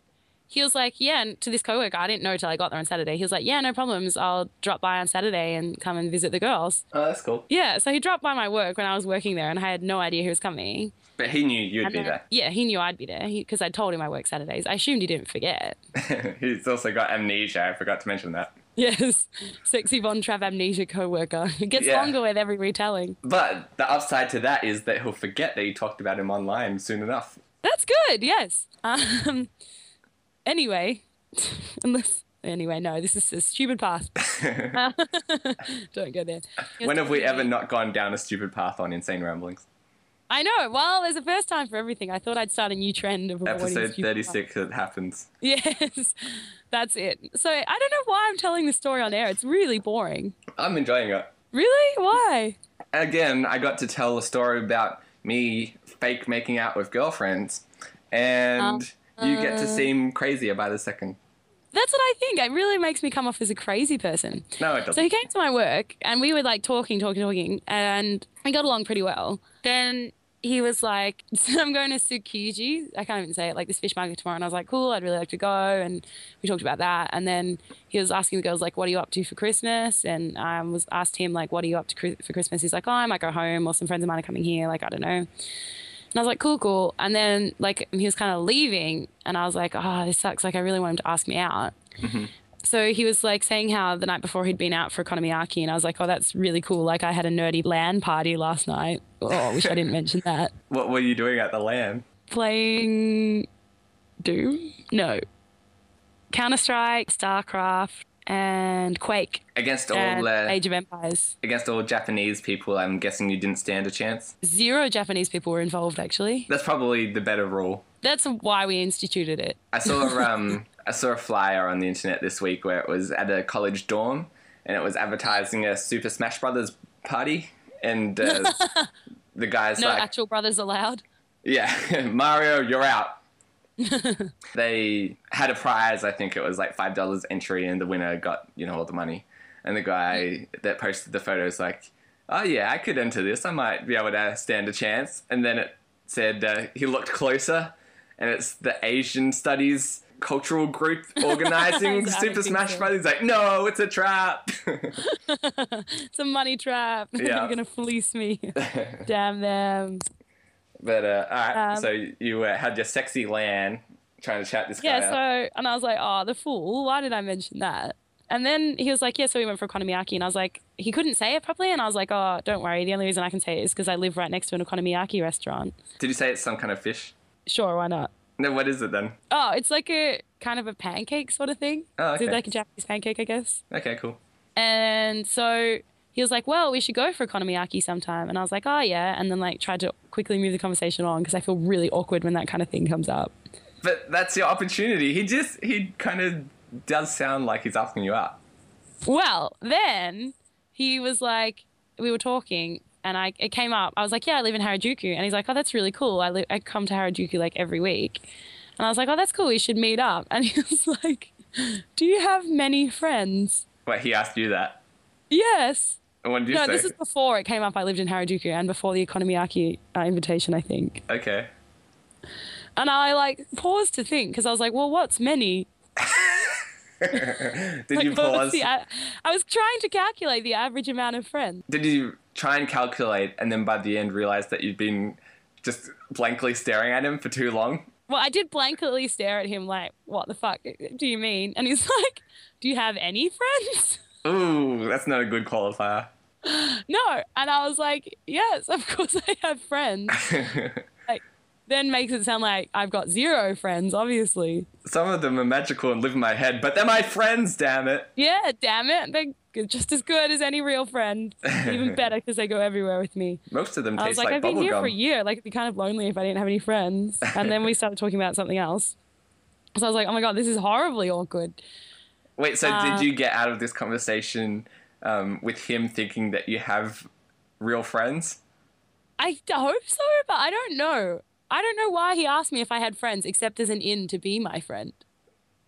[SPEAKER 2] he was like, yeah, and to this coworker, I didn't know till I got there on Saturday. He was like, yeah, no problems. I'll drop by on Saturday and come and visit the girls.
[SPEAKER 1] oh, that's cool.
[SPEAKER 2] Yeah, so he dropped by my work when I was working there, and I had no idea he was coming.
[SPEAKER 1] But he knew you'd
[SPEAKER 2] And
[SPEAKER 1] be
[SPEAKER 2] then-
[SPEAKER 1] there.
[SPEAKER 2] Yeah, he knew I'd be there because I told him I work Saturdays. I assumed he didn't forget. [LAUGHS]
[SPEAKER 1] [LAUGHS] He's also got amnesia. I forgot to mention that.
[SPEAKER 2] Yes, sexy Von Trapp amnesia coworker. [LAUGHS] It gets
[SPEAKER 1] Yeah.
[SPEAKER 2] longer with every retelling.
[SPEAKER 1] But the upside to that is that he'll forget that you talked about him online soon enough.
[SPEAKER 2] That's good. Yes. Um. Anyway, [LAUGHS] unless anyway, no, this is a
[SPEAKER 1] [LAUGHS]
[SPEAKER 2] stupid path. [LAUGHS] Uh, Don't go there. He was
[SPEAKER 1] When have we
[SPEAKER 2] talking to
[SPEAKER 1] ever
[SPEAKER 2] me-
[SPEAKER 1] not gone down a stupid path on Insane Ramblings?
[SPEAKER 2] I know. Well, there's a first time for everything. I thought I'd start a new trend of avoiding
[SPEAKER 1] Episode
[SPEAKER 2] stupid
[SPEAKER 1] thirty six. It happens.
[SPEAKER 2] [LAUGHS] Yes, that's it. So I don't know why I'm telling this story on air. It's really boring.
[SPEAKER 1] I'm enjoying it.
[SPEAKER 2] Really? Why?
[SPEAKER 1] Again, I got to tell a story about me fake making out with girlfriends, and you get
[SPEAKER 2] Uh-huh.
[SPEAKER 1] to seem crazier by the second.
[SPEAKER 2] That's what I think. It really makes me come off as a crazy person.
[SPEAKER 1] No, it doesn't.
[SPEAKER 2] So he came to my work and we were like talking, talking, talking, and we got along pretty well. Then he was like, [LAUGHS] so I'm going to Tsukiji. I can't even say it, like this fish market tomorrow. And I was like, cool, I'd really like to go. And we talked about that. And then he was asking the girls, like, what are you up to for Christmas? And I was asked him, like, what are you up to Chri- for Christmas? He's like, oh, I might go home or some friends of mine are coming here. Like, I don't know. And I was like, cool, cool. And then like he was kind of leaving, and I was like, oh, this sucks. Like I really want him to ask me out. So he was like saying how the night before he'd been out for Konomiyaki, and I was like, oh, that's really cool. Like I had a nerdy LAN party last night. Oh, I wish
[SPEAKER 1] [LAUGHS]
[SPEAKER 2] I didn't mention that.
[SPEAKER 1] What were you doing at the land?
[SPEAKER 2] Playing Doom? No. Counter Strike, StarCraft, and Quake,
[SPEAKER 1] Against
[SPEAKER 2] and
[SPEAKER 1] all uh,
[SPEAKER 2] Age of Empires.
[SPEAKER 1] against all Japanese people, I'm guessing you didn't stand a chance.
[SPEAKER 2] Zero Japanese people were involved, actually.
[SPEAKER 1] That's probably the better rule.
[SPEAKER 2] That's why we instituted it.
[SPEAKER 1] I saw um I saw a flyer on the internet this week where it was at a college dorm and it was advertising a Super Smash Brothers party and uh, the guys
[SPEAKER 2] No
[SPEAKER 1] like
[SPEAKER 2] actual brothers allowed. [LAUGHS]
[SPEAKER 1] yeah [LAUGHS] Mario you're out. they had a prize I think it was like five dollars entry and the winner got you know all the money and the guy that posted the photo was like oh yeah I could enter this I might be able to stand a chance and then it said uh, he looked closer and it's the Asian Studies cultural
[SPEAKER 2] [LAUGHS]
[SPEAKER 1] group organizing
[SPEAKER 2] Exactly, I
[SPEAKER 1] Super
[SPEAKER 2] think
[SPEAKER 1] Smash
[SPEAKER 2] so.
[SPEAKER 1] Brothers. He's like, no, it's a trap. [LAUGHS]
[SPEAKER 2] It's a money trap. [LAUGHS]
[SPEAKER 1] Yeah.
[SPEAKER 2] They're gonna
[SPEAKER 1] [LAUGHS]
[SPEAKER 2] fleece me. Damn them.
[SPEAKER 1] but uh, all right,
[SPEAKER 2] Um,
[SPEAKER 1] so you uh, had your sexy LAN trying to chat this guy
[SPEAKER 2] Yeah.
[SPEAKER 1] out.
[SPEAKER 2] So, and I was like, oh, the fool. Why did I mention that? And then he was like, yeah. So we went for okonomiyaki, and I was like, he couldn't say it properly, and I was like, oh, don't worry. The only reason I can say it is because I live right next to an okonomiyaki restaurant.
[SPEAKER 1] Did you say it's some kind of fish?
[SPEAKER 2] Sure, why not?
[SPEAKER 1] No, what is it then?
[SPEAKER 2] Oh, it's like a kind of a pancake sort of thing.
[SPEAKER 1] Oh,
[SPEAKER 2] Is it
[SPEAKER 1] okay.
[SPEAKER 2] like a Japanese pancake, I guess.
[SPEAKER 1] Okay, cool.
[SPEAKER 2] And so he was like, "Well, we should go for okonomiyaki sometime." And I was like, "Oh yeah," and then like tried to quickly move the conversation on because I feel really awkward when that kind of thing comes up.
[SPEAKER 1] But that's your opportunity. He just, he kind of does sound like he's asking you out.
[SPEAKER 2] Well, then he was like, we were talking, and I it came up. I was like, yeah, I live in Harajuku, and he's like, oh, that's really cool. I li- I come to Harajuku like every week, and I was like, oh, that's cool. We should meet up. [LAUGHS] And he was like, do you have many friends?
[SPEAKER 1] Wait, he asked you that.
[SPEAKER 2] Yes.
[SPEAKER 1] And what did you
[SPEAKER 2] No,
[SPEAKER 1] say?
[SPEAKER 2] this is before it came up. I lived in Harajuku and before the Okonomiyaki uh, invitation, I think.
[SPEAKER 1] Okay.
[SPEAKER 2] And I like paused to think because I was like, well, what's many?
[SPEAKER 1] Did
[SPEAKER 2] Like, [LAUGHS]
[SPEAKER 1] you
[SPEAKER 2] what's
[SPEAKER 1] pause?
[SPEAKER 2] the a- I was trying to calculate the average amount of friends.
[SPEAKER 1] Did you try and calculate and then by the end realize that you'd been just blankly staring at him for too long?
[SPEAKER 2] Well, I did blankly stare at him like, what the fuck do you mean? And he's [LAUGHS] like, do you have any friends? [LAUGHS]
[SPEAKER 1] Ooh, that's not a good qualifier.
[SPEAKER 2] No. And I was like, yes, of course I
[SPEAKER 1] [LAUGHS]
[SPEAKER 2] have friends. Like, then makes it sound like I've got zero friends, obviously.
[SPEAKER 1] Some of them are magical and live in my head, but they're my friends, damn it.
[SPEAKER 2] Yeah, damn it. They're g- just as good as any real friend.
[SPEAKER 1] [LAUGHS]
[SPEAKER 2] Even better because they go everywhere with me.
[SPEAKER 1] Most of them
[SPEAKER 2] I was
[SPEAKER 1] taste
[SPEAKER 2] like,
[SPEAKER 1] like,
[SPEAKER 2] I've been here for a
[SPEAKER 1] bubblegum.
[SPEAKER 2] year. Like, it'd be kind of lonely if I didn't have any friends. And then we started talking about something else. So I was like, oh my God, this is horribly awkward.
[SPEAKER 1] Wait, so
[SPEAKER 2] Uh,
[SPEAKER 1] did you get out of this conversation um, with him thinking that you have real friends?
[SPEAKER 2] I d- hope so, but I don't know. I don't know why he asked me if I had friends, except as an in to be my friend.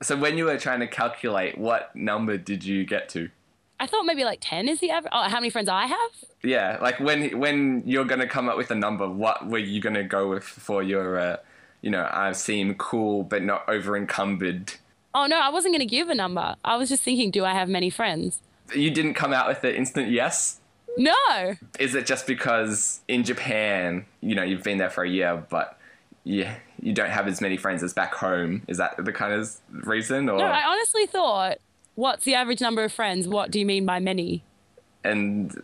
[SPEAKER 1] So when you were trying to calculate, what number did you get to?
[SPEAKER 2] I thought maybe like 10 is the average. Oh, how many friends I have?
[SPEAKER 1] Yeah, like when when you're gonna come up with a number, what were you gonna go with for your, uh, you know, I seem cool but not over encumbered?
[SPEAKER 2] Oh, no, I wasn't going to give a number. I was just thinking, do I have many friends?
[SPEAKER 1] You didn't come out with the instant yes.
[SPEAKER 2] No.
[SPEAKER 1] Is it just because in Japan, you know, you've been there for a year, but yeah, you don't have as many friends as back home? Is that the kind of reason, or
[SPEAKER 2] No, I honestly thought, what's the average number of friends? What do you mean by many?
[SPEAKER 1] and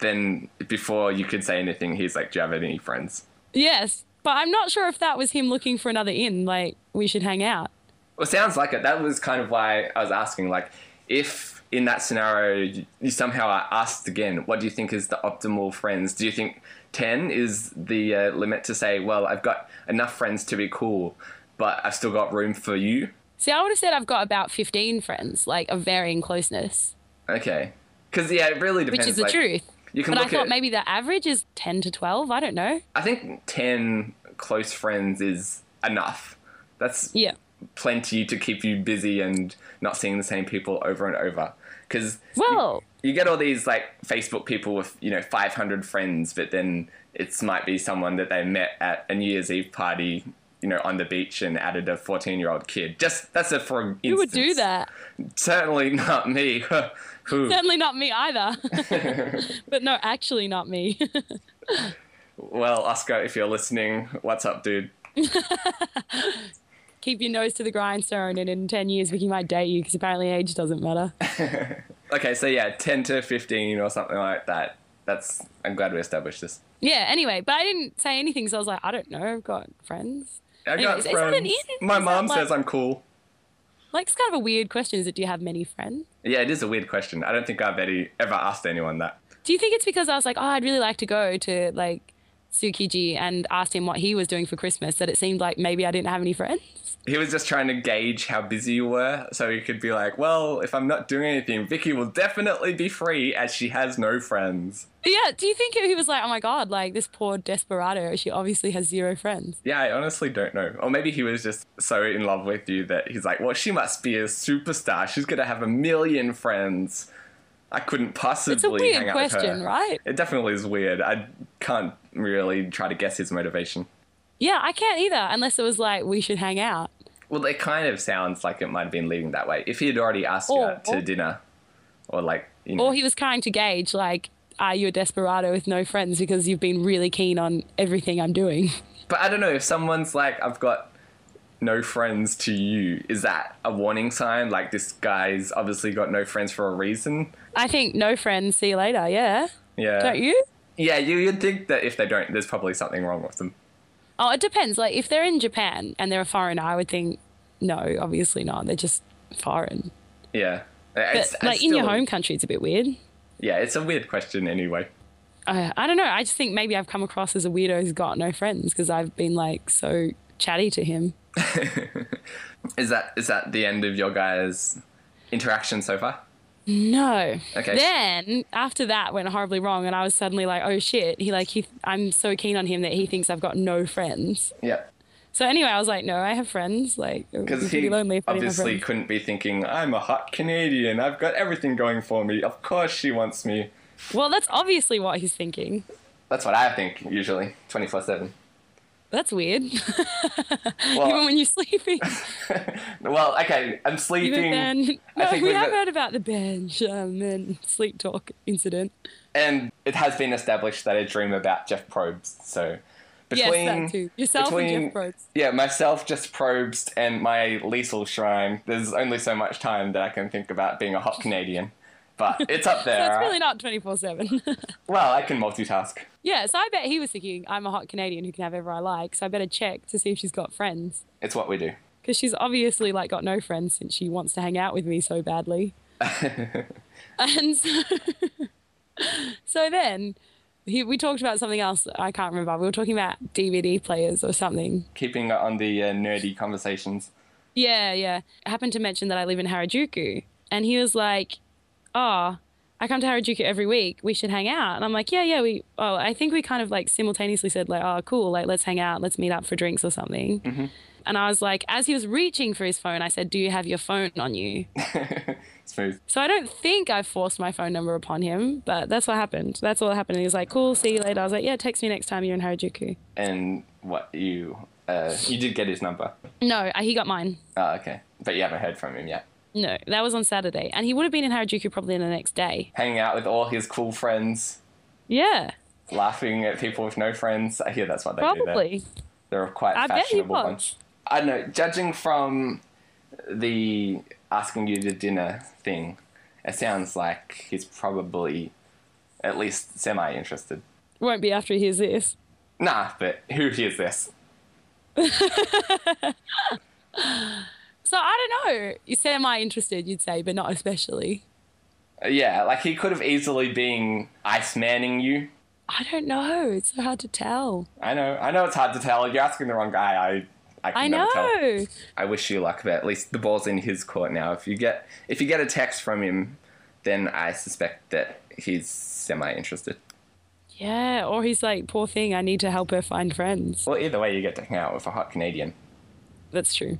[SPEAKER 1] then before you could say anything, he's like, "Do you have any friends?"
[SPEAKER 2] Yes, but I'm not sure if that was him looking for another in, like, we should hang out.
[SPEAKER 1] Well, sounds like it. That was kind of why I was asking. Like, if in that scenario you- you somehow are asked again, what do you think is the optimal friends? Do you think 10 is the uh, limit to say, well, I've got enough friends to be cool, but I've still got room for you?
[SPEAKER 2] See, I would have said I've got about 15 friends, like of varying closeness,
[SPEAKER 1] Okay. Because, yeah, it really
[SPEAKER 2] which
[SPEAKER 1] depends.
[SPEAKER 2] is the
[SPEAKER 1] like,
[SPEAKER 2] truth.
[SPEAKER 1] You can
[SPEAKER 2] But I
[SPEAKER 1] look
[SPEAKER 2] thought
[SPEAKER 1] at,
[SPEAKER 2] maybe the average is 10 to 12. I don't know.
[SPEAKER 1] I think 10 close friends is enough. That's
[SPEAKER 2] Yeah.
[SPEAKER 1] plenty to keep you busy and not seeing the same people over and over. Because
[SPEAKER 2] Well-
[SPEAKER 1] you, get all these like Facebook people with you know 500 friends, but then it's might be someone that they met at a New Year's Eve party, you know, on the beach and added a 14 year old kid. Just that's a for instance.
[SPEAKER 2] Who would do that?
[SPEAKER 1] Certainly not me. [LAUGHS] Who?
[SPEAKER 2] Certainly not me either. but no, actually not me. [LAUGHS]
[SPEAKER 1] Well, Oscar, if you're listening, what's up, dude?
[SPEAKER 2] Keep your nose to the grindstone, and in 10 years, Vicky might date you because apparently age doesn't matter.
[SPEAKER 1] Okay, so yeah, 10 to 15 or something like that. That's I'm glad we established this.
[SPEAKER 2] Yeah, anyway, but I didn't say anything, so I was like, I don't know, I've got friends.
[SPEAKER 1] I got
[SPEAKER 2] Anyways, isn't it
[SPEAKER 1] friends.
[SPEAKER 2] in-
[SPEAKER 1] My
[SPEAKER 2] is that
[SPEAKER 1] mom
[SPEAKER 2] like-
[SPEAKER 1] says I'm cool.
[SPEAKER 2] Like, it's kind of a weird question is it, do you have many friends?
[SPEAKER 1] Yeah, it is a weird question. I don't think I've any, ever asked anyone that.
[SPEAKER 2] Do you think it's because I was like, oh, I'd really like to go to like Tsukiji and asked him what he was doing for Christmas that it seemed like maybe I didn't have any friends?
[SPEAKER 1] He was just trying to gauge how busy you were, so he could be like, "Well, if I'm not doing anything, Vicky will definitely be free, as she has no friends."
[SPEAKER 2] Yeah, do you think he was like, oh my God, like this poor desperado, she obviously has zero friends?
[SPEAKER 1] Yeah, I honestly don't know. Or maybe he was just so in love with you that he's like, "Well, she must be a superstar. She's gonna have a million friends. I couldn't possibly."
[SPEAKER 2] It's a
[SPEAKER 1] hang
[SPEAKER 2] weird
[SPEAKER 1] out with her."
[SPEAKER 2] question, right?
[SPEAKER 1] It definitely is weird. I can't really try to guess his motivation.
[SPEAKER 2] Yeah, I can't either, unless it was like, we should hang out.
[SPEAKER 1] Well, it kind of sounds like it might have been leading that way. If he had already asked you
[SPEAKER 2] Or-
[SPEAKER 1] out to dinner, or like, you know,
[SPEAKER 2] Or he was trying to gauge, like, are you a desperado with no friends because you've been really keen on everything I'm doing?
[SPEAKER 1] but I don't know if someone's like, I've got no friends to you. Is that a warning sign? Like this guy's obviously got no friends for a reason.
[SPEAKER 2] I think no friends, see you later, yeah.
[SPEAKER 1] Yeah.
[SPEAKER 2] Don't you?
[SPEAKER 1] Yeah, you, you'd think that if they don't, there's probably something wrong with them.
[SPEAKER 2] Oh, it depends. Like, if they're in Japan and they're a foreigner, I would think, no, obviously not. They're just foreign.
[SPEAKER 1] Yeah.
[SPEAKER 2] But,
[SPEAKER 1] It's- it's
[SPEAKER 2] like, in your
[SPEAKER 1] still-
[SPEAKER 2] home country, it's a bit weird.
[SPEAKER 1] Yeah, it's a weird question anyway.
[SPEAKER 2] I, I don't know. I just think maybe I've come across as a weirdo who's got no friends because I've been, like, so chatty to him.
[SPEAKER 1] Is that is that the end of your guys' interaction so far?
[SPEAKER 2] No.
[SPEAKER 1] Okay.
[SPEAKER 2] Then after that went horribly wrong, and I was suddenly like, oh shit. He like he. I'm so keen on him that he thinks I've got no friends.
[SPEAKER 1] Yeah.
[SPEAKER 2] So anyway, I was like, no, I have friends. Like it would be
[SPEAKER 1] Because
[SPEAKER 2] pretty
[SPEAKER 1] he
[SPEAKER 2] lonely if I didn't have
[SPEAKER 1] obviously
[SPEAKER 2] friends.
[SPEAKER 1] couldn't be thinking, I'm a hot Canadian. I've got everything going for me. Of course she wants me.
[SPEAKER 2] Well, that's obviously what he's thinking.
[SPEAKER 1] That's what I think usually, 24 7.
[SPEAKER 2] That's weird. Even
[SPEAKER 1] Well,
[SPEAKER 2] when
[SPEAKER 1] [LAUGHS]
[SPEAKER 2] you're sleeping.
[SPEAKER 1] well, okay, I'm
[SPEAKER 2] Even
[SPEAKER 1] sleeping.
[SPEAKER 2] then,
[SPEAKER 1] I
[SPEAKER 2] no,
[SPEAKER 1] think
[SPEAKER 2] we
[SPEAKER 1] we've
[SPEAKER 2] have
[SPEAKER 1] got-
[SPEAKER 2] heard about the bench um, and sleep talk incident.
[SPEAKER 1] And it has been established that I dream about Jeff Probst. So
[SPEAKER 2] Yes,
[SPEAKER 1] between.
[SPEAKER 2] that too. Yourself and Jeff Probst.
[SPEAKER 1] Yeah, myself, Jeff Probst, and my lethal shrine. There's only so much time that I can think about being a hot Canadian.
[SPEAKER 2] [LAUGHS]
[SPEAKER 1] But it's up there.
[SPEAKER 2] So it's
[SPEAKER 1] all
[SPEAKER 2] really
[SPEAKER 1] right?
[SPEAKER 2] not 24 [LAUGHS] 7.
[SPEAKER 1] Well, I can multitask.
[SPEAKER 2] Yeah, so I bet he was thinking, I'm a hot Canadian who can have whatever I like, so I better check to see if she's got friends.
[SPEAKER 1] It's what we do.
[SPEAKER 2] Because she's obviously like got no friends since she wants to hang out with me so badly. and so, [LAUGHS] so then he, we talked about something else that I can't remember. We were talking about DVD players or something.
[SPEAKER 1] Keeping it on the uh, nerdy conversations.
[SPEAKER 2] Yeah, yeah. I happened to mention that I live in Harajuku. And he was like, Oh, I come to Harajuku every week. We should hang out. And I'm like, Yeah, yeah, we, oh, I think we kind of like simultaneously said, like, Oh, cool. Like, let's hang out. Let's meet up for drinks or something. And I was like, As he was reaching for his phone, I said, Do you have your phone on you?
[SPEAKER 1] Smooth.
[SPEAKER 2] So I don't think I forced my phone number upon him, but that's what happened. That's all that happened. And he was like, Cool. See you later. I was like, Yeah, text me next time you're in Harajuku.
[SPEAKER 1] and what you uh, you did get his number.
[SPEAKER 2] No, uh, he got mine.
[SPEAKER 1] Oh, okay. But you haven't heard from him yet.
[SPEAKER 2] No, that was on Saturday. And he would have been in Harajuku probably the next day.
[SPEAKER 1] Hanging out with all his cool friends,
[SPEAKER 2] Yeah.
[SPEAKER 1] laughing at people with no friends. I hear that's what they do. there.
[SPEAKER 2] Probably.
[SPEAKER 1] They're a quite
[SPEAKER 2] I bet he
[SPEAKER 1] fashionable
[SPEAKER 2] was.
[SPEAKER 1] bunch. I don't know. Judging from the asking you to dinner thing, it sounds like he's probably at least semi interested.
[SPEAKER 2] Won't be after he hears this.
[SPEAKER 1] Nah, but who hears this?
[SPEAKER 2] So I don't know. You semi interested, you'd say, but not especially.
[SPEAKER 1] Yeah, like he could have easily been ice manning you.
[SPEAKER 2] I don't know. It's so hard to tell.
[SPEAKER 1] I know, I know it's hard to tell. You're asking the wrong guy. I, I can
[SPEAKER 2] I
[SPEAKER 1] never tell.
[SPEAKER 2] know.
[SPEAKER 1] I wish you luck, but at least the ball's in his court now. If you get if you get a text from him, then I suspect that he's semi interested.
[SPEAKER 2] Yeah. Or he's like, poor thing, I need to help her find friends.
[SPEAKER 1] Well, either way, you get to hang out with a hot Canadian.
[SPEAKER 2] That's true.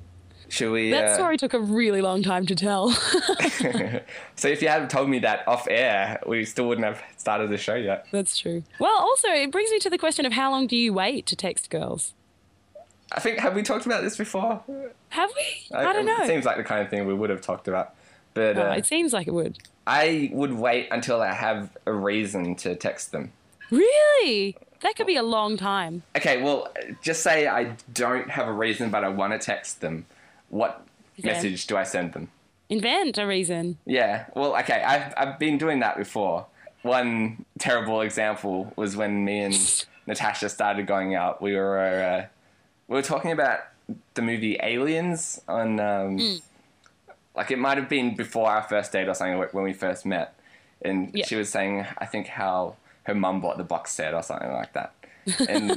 [SPEAKER 1] Should we?
[SPEAKER 2] That
[SPEAKER 1] uh,
[SPEAKER 2] story took a really long time to tell. [LAUGHS]
[SPEAKER 1] [LAUGHS] So if you hadn't told me that off air, we still wouldn't have started the show yet.
[SPEAKER 2] That's true. Well, also, it brings me to the question of how long do you wait to text girls?
[SPEAKER 1] I think have we talked about this before?
[SPEAKER 2] Have we? I, don't know.
[SPEAKER 1] It seems like the kind of thing we would have talked about. But
[SPEAKER 2] Oh,
[SPEAKER 1] uh,
[SPEAKER 2] it seems like it would.
[SPEAKER 1] I would wait until I have a reason to text them.
[SPEAKER 2] Really? That could be a long time.
[SPEAKER 1] Okay, well, just say I don't have a reason, but I want to text them. What
[SPEAKER 2] Yeah.
[SPEAKER 1] message do I send them?
[SPEAKER 2] Invent a reason.
[SPEAKER 1] Yeah, well, okay, I've, I've been doing that before. One terrible example was when me and Natasha started going out. We were uh, we were talking about the movie Aliens on um,
[SPEAKER 2] Hmm.
[SPEAKER 1] like it might have been before our first date or something like when we first met, and
[SPEAKER 2] Yeah.
[SPEAKER 1] she was saying I think how her mum bought the box set or something like that,
[SPEAKER 2] [LAUGHS]
[SPEAKER 1] and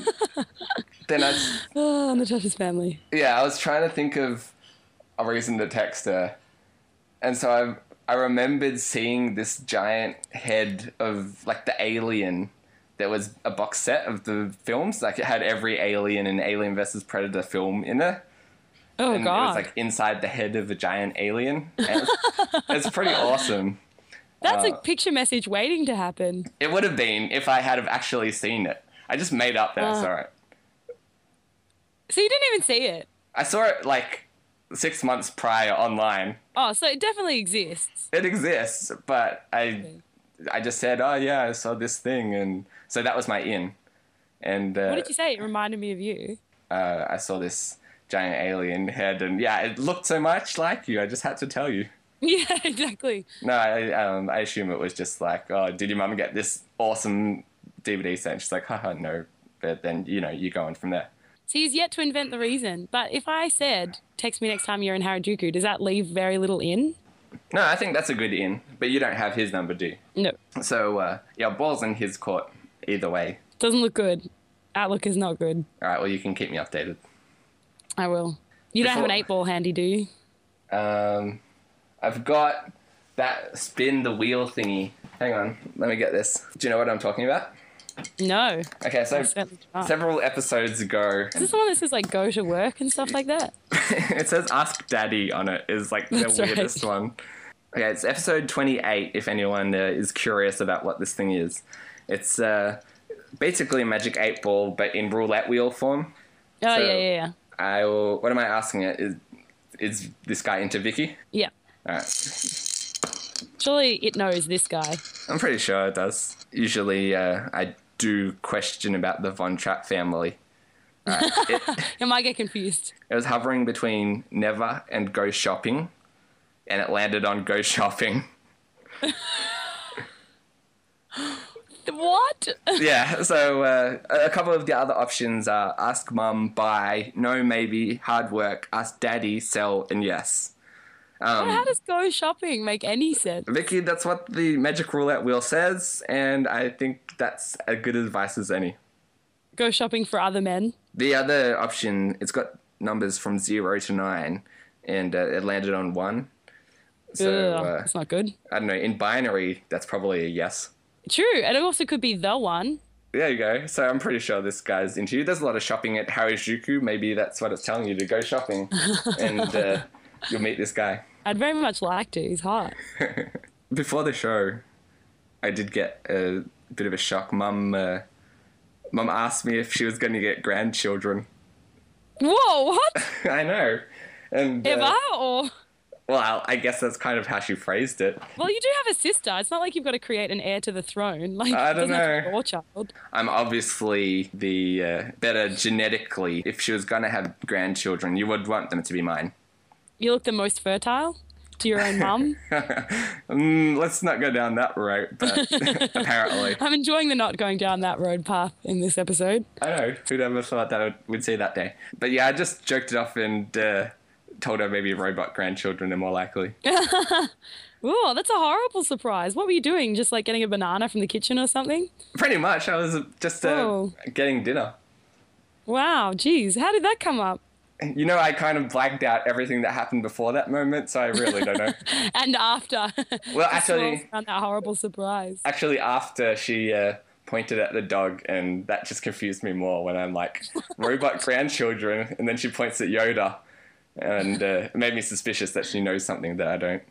[SPEAKER 1] then I s-
[SPEAKER 2] Oh, Natasha's family.
[SPEAKER 1] yeah, I was trying to think of a reason to text her. And so I I remembered seeing this giant head of like the alien that was a box set of the films. Like it had every alien and alien versus predator film in it.
[SPEAKER 2] Oh,
[SPEAKER 1] And it
[SPEAKER 2] God.
[SPEAKER 1] was like inside the head of a giant alien. And it's, it's pretty awesome.
[SPEAKER 2] That's
[SPEAKER 1] uh,
[SPEAKER 2] a picture message waiting to happen.
[SPEAKER 1] It would have been if I had have actually seen it. I just made up that I
[SPEAKER 2] Ah.
[SPEAKER 1] saw it.
[SPEAKER 2] So you didn't even see it.
[SPEAKER 1] I saw it like six months prior online.
[SPEAKER 2] Oh, so it definitely exists.
[SPEAKER 1] it exists, but I I just said, oh yeah, I saw this thing, and so that was my in. And uh,
[SPEAKER 2] What did you say? It reminded me of you. [LAUGHS]
[SPEAKER 1] uh, I saw this giant alien head, and yeah, it looked so much like you. I just had to tell you.
[SPEAKER 2] Yeah, exactly.
[SPEAKER 1] No, I um, I assume it was just like, oh, did your mum get this awesome DVD set? And she's like, haha, no. But then you know, you go on from there.
[SPEAKER 2] So he's yet to invent the reason. But if I said, text me next time you're in Harajuku, does that leave very little in?
[SPEAKER 1] No, I think that's a good in, but you don't have his number, do you?
[SPEAKER 2] No.
[SPEAKER 1] So uh, yeah, ball's in his court either way.
[SPEAKER 2] Doesn't look good. Outlook is not good.
[SPEAKER 1] All right, well, you can keep me updated.
[SPEAKER 2] I will. You don't have an
[SPEAKER 1] Before-
[SPEAKER 2] eight ball handy, do you?
[SPEAKER 1] Um, I've got that spin the wheel thingy. Hang on, let me get this. Do you know what I'm talking about?
[SPEAKER 2] No.
[SPEAKER 1] Okay, so
[SPEAKER 2] certainly do not.
[SPEAKER 1] several episodes ago, [LAUGHS]
[SPEAKER 2] Is this the one that says like go to work and stuff like that? Oh,
[SPEAKER 1] it says "Ask Daddy" on it is like the
[SPEAKER 2] That's right.
[SPEAKER 1] weirdest one. Okay, it's episode 28. If anyone uh, is curious about what this thing is, it's uh, basically a magic eight ball, but in roulette wheel form.
[SPEAKER 2] Oh
[SPEAKER 1] So-
[SPEAKER 2] yeah, yeah, yeah.
[SPEAKER 1] I will. What am I asking it? Is is this guy into Vicky?
[SPEAKER 2] Yeah.
[SPEAKER 1] All right.
[SPEAKER 2] Surely it knows this guy.
[SPEAKER 1] I'm pretty sure it does. Usually, uh, I do question about the Von Trapp family. Alright, it,
[SPEAKER 2] It might get confused.
[SPEAKER 1] it was hovering between never and go shopping, and it landed on go shopping.
[SPEAKER 2] What? [LAUGHS]
[SPEAKER 1] Yeah, so uh, a couple of the other options are ask mum, buy, no, maybe, hard work, ask daddy, sell, and yes. Um,
[SPEAKER 2] How does go shopping make any sense?
[SPEAKER 1] Vicky, that's what the magic roulette wheel says, and I think that's as good advice as any.
[SPEAKER 2] Go shopping for other men.
[SPEAKER 1] The other option, it's got numbers from zero to nine, and uh, it landed on one. So
[SPEAKER 2] Ugh,
[SPEAKER 1] uh,
[SPEAKER 2] that's not good.
[SPEAKER 1] I don't know. In binary, that's probably a yes.
[SPEAKER 2] True, and it also could be the one.
[SPEAKER 1] There you go. So I'm pretty sure this guy's into you. There's a lot of shopping at Harajuku. Maybe that's what it's telling you to go shopping, and uh, you'll meet this guy.
[SPEAKER 2] I'd very much like to. He's hot.
[SPEAKER 1] Before the show, I did get a bit of a shock. Mum, uh, mum asked me if she was going to get grandchildren. [LAUGHS]
[SPEAKER 2] Whoa, [LAUGHS] what?
[SPEAKER 1] I know, and
[SPEAKER 2] Am
[SPEAKER 1] uh,
[SPEAKER 2] I or?
[SPEAKER 1] well, I guess that's kind of how she phrased it.
[SPEAKER 2] Well, you do have a sister. It's not like you've got to create an heir to the throne. Like,
[SPEAKER 1] I
[SPEAKER 2] it doesn't
[SPEAKER 1] don't
[SPEAKER 2] have to be
[SPEAKER 1] know.
[SPEAKER 2] your child.
[SPEAKER 1] I'm obviously the uh, better genetically. If she was gonna have grandchildren, you would want them to be mine.
[SPEAKER 2] You look the most fertile to your own
[SPEAKER 1] [LAUGHS]
[SPEAKER 2] mum.
[SPEAKER 1] Mm, let's not go down that route, but apparently,
[SPEAKER 2] I'm enjoying the not going down that road path in this episode.
[SPEAKER 1] I know who'd ever thought that would- we'd see that day. But yeah, I just joked it off and uh, told her maybe robot grandchildren are more likely.
[SPEAKER 2] Ooh, that's a horrible surprise. What were you doing? Just like getting a banana from the kitchen or something?
[SPEAKER 1] Pretty much, I was just uh,
[SPEAKER 2] Whoa.
[SPEAKER 1] getting dinner.
[SPEAKER 2] Wow, geez, how did that come up?
[SPEAKER 1] You know, I kind of blanked out everything that happened before that moment, so I really don't know.
[SPEAKER 2] And after. [LAUGHS]
[SPEAKER 1] Well,
[SPEAKER 2] The
[SPEAKER 1] actually-
[SPEAKER 2] swirls around that horrible surprise.
[SPEAKER 1] Actually, after she uh, pointed at the dog, and that just confused me more when I'm
[SPEAKER 2] [LAUGHS]
[SPEAKER 1] like, robot grandchildren, and then she points at Yoda, and uh, it made me suspicious that she knows something that I don't.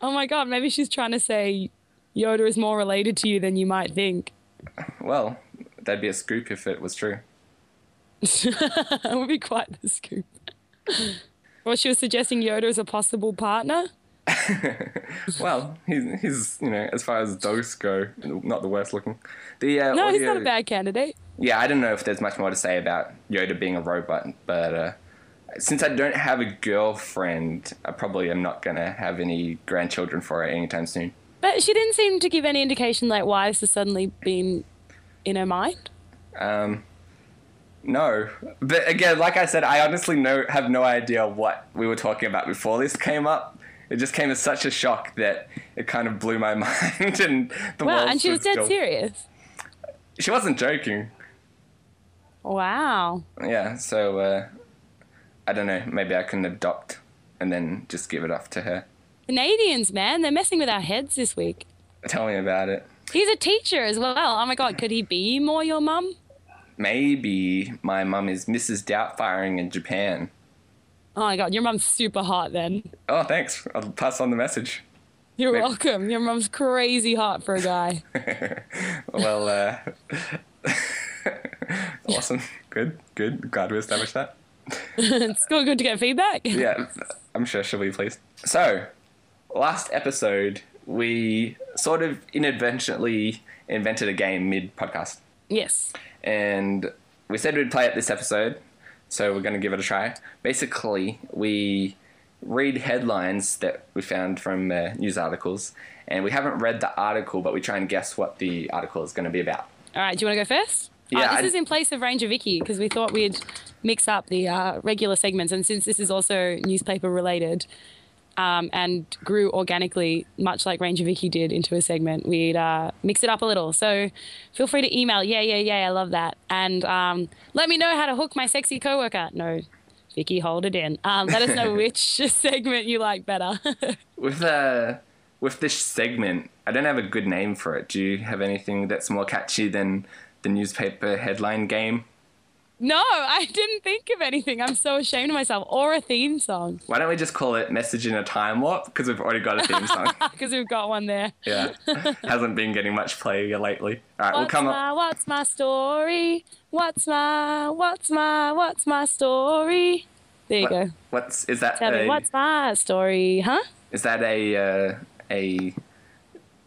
[SPEAKER 2] Oh my god, maybe she's trying to say Yoda is more related to you than you might think. [LAUGHS]
[SPEAKER 1] Well, that'd be a scoop if it was true.
[SPEAKER 2] that would be quite the scoop. well, she was suggesting Yoda as a possible partner.
[SPEAKER 1] Well, he's, he's you know, as far as dogs go, not the worst looking. The uh,
[SPEAKER 2] No, he's
[SPEAKER 1] audio-
[SPEAKER 2] not a bad candidate.
[SPEAKER 1] yeah, I don't know if there's much more to say about Yoda being a robot, but uh, since I don't have a girlfriend, I probably am not gonna have any grandchildren for her anytime soon.
[SPEAKER 2] But she didn't seem to give any indication like why this has suddenly been in her mind.
[SPEAKER 1] Um, no, but again, like I said, I honestly no have no idea what we were talking about before this came up. It just came as such a shock that it kind of blew my [LAUGHS] mind, and the
[SPEAKER 2] Wow,
[SPEAKER 1] walls
[SPEAKER 2] and she was
[SPEAKER 1] were
[SPEAKER 2] dead
[SPEAKER 1] still-
[SPEAKER 2] serious.
[SPEAKER 1] She wasn't joking.
[SPEAKER 2] Wow.
[SPEAKER 1] Yeah, so uh, I don't know. Maybe I can adopt and then just give it off to her.
[SPEAKER 2] Canadians, man, they're messing with our heads this week.
[SPEAKER 1] Tell me about it.
[SPEAKER 2] He's a teacher as well. Oh my god, could he be more your mum?
[SPEAKER 1] Maybe my mum is Mrs. Doubtfiring in Japan.
[SPEAKER 2] Oh my god, your mum's super hot then.
[SPEAKER 1] Oh, thanks. I'll pass on the message.
[SPEAKER 2] You're
[SPEAKER 1] Maybe.
[SPEAKER 2] welcome. Your mum's crazy hot for a guy. [LAUGHS]
[SPEAKER 1] Well, uh, [LAUGHS] awesome. Good, good. Glad we established that.
[SPEAKER 2] it's still good to get feedback.
[SPEAKER 1] Yeah, I'm sure she'll be pleased. So, last episode, we sort of inadvertently invented a game mid podcast.
[SPEAKER 2] Yes.
[SPEAKER 1] and we said we'd play it this episode, so we're going to give it a try. Basically, we read headlines that we found from uh, news articles, and we haven't read the article, but we try and guess what the article is going to be about.
[SPEAKER 2] All right, do you want to go first? Oh,
[SPEAKER 1] Yeah,
[SPEAKER 2] this
[SPEAKER 1] I-
[SPEAKER 2] is in place of Ranger Vicky because we thought we'd mix up the uh, regular segments. And since this is also newspaper related um, and grew organically, much like Ranger Vicky did into a segment, we'd uh, mix it up a little. So feel free to email. Yeah, yeah, yeah. I love that. And um, let me know how to hook my sexy coworker. No, Vicky, hold it in. Um, let us know
[SPEAKER 1] [LAUGHS]
[SPEAKER 2] which [LAUGHS] segment you like better. [LAUGHS]
[SPEAKER 1] With uh, with this segment, I don't have a good name for it. Do you have anything that's more catchy than the newspaper headline game?
[SPEAKER 2] no, I didn't think of anything. I'm so ashamed of myself. Or a theme song. [LAUGHS]
[SPEAKER 1] Why don't we just call it "Message in a Time Warp"? Because we've already got a theme song.
[SPEAKER 2] [LAUGHS] because we've got one there.
[SPEAKER 1] yeah, [LAUGHS] hasn't been getting much play lately. All right, we'll
[SPEAKER 2] What's
[SPEAKER 1] come up.
[SPEAKER 2] my what's my story? What's my what's my what's my story? There you go.
[SPEAKER 1] What's is that?
[SPEAKER 2] Tell
[SPEAKER 1] a,
[SPEAKER 2] me what's my story, huh?
[SPEAKER 1] Is that a uh, a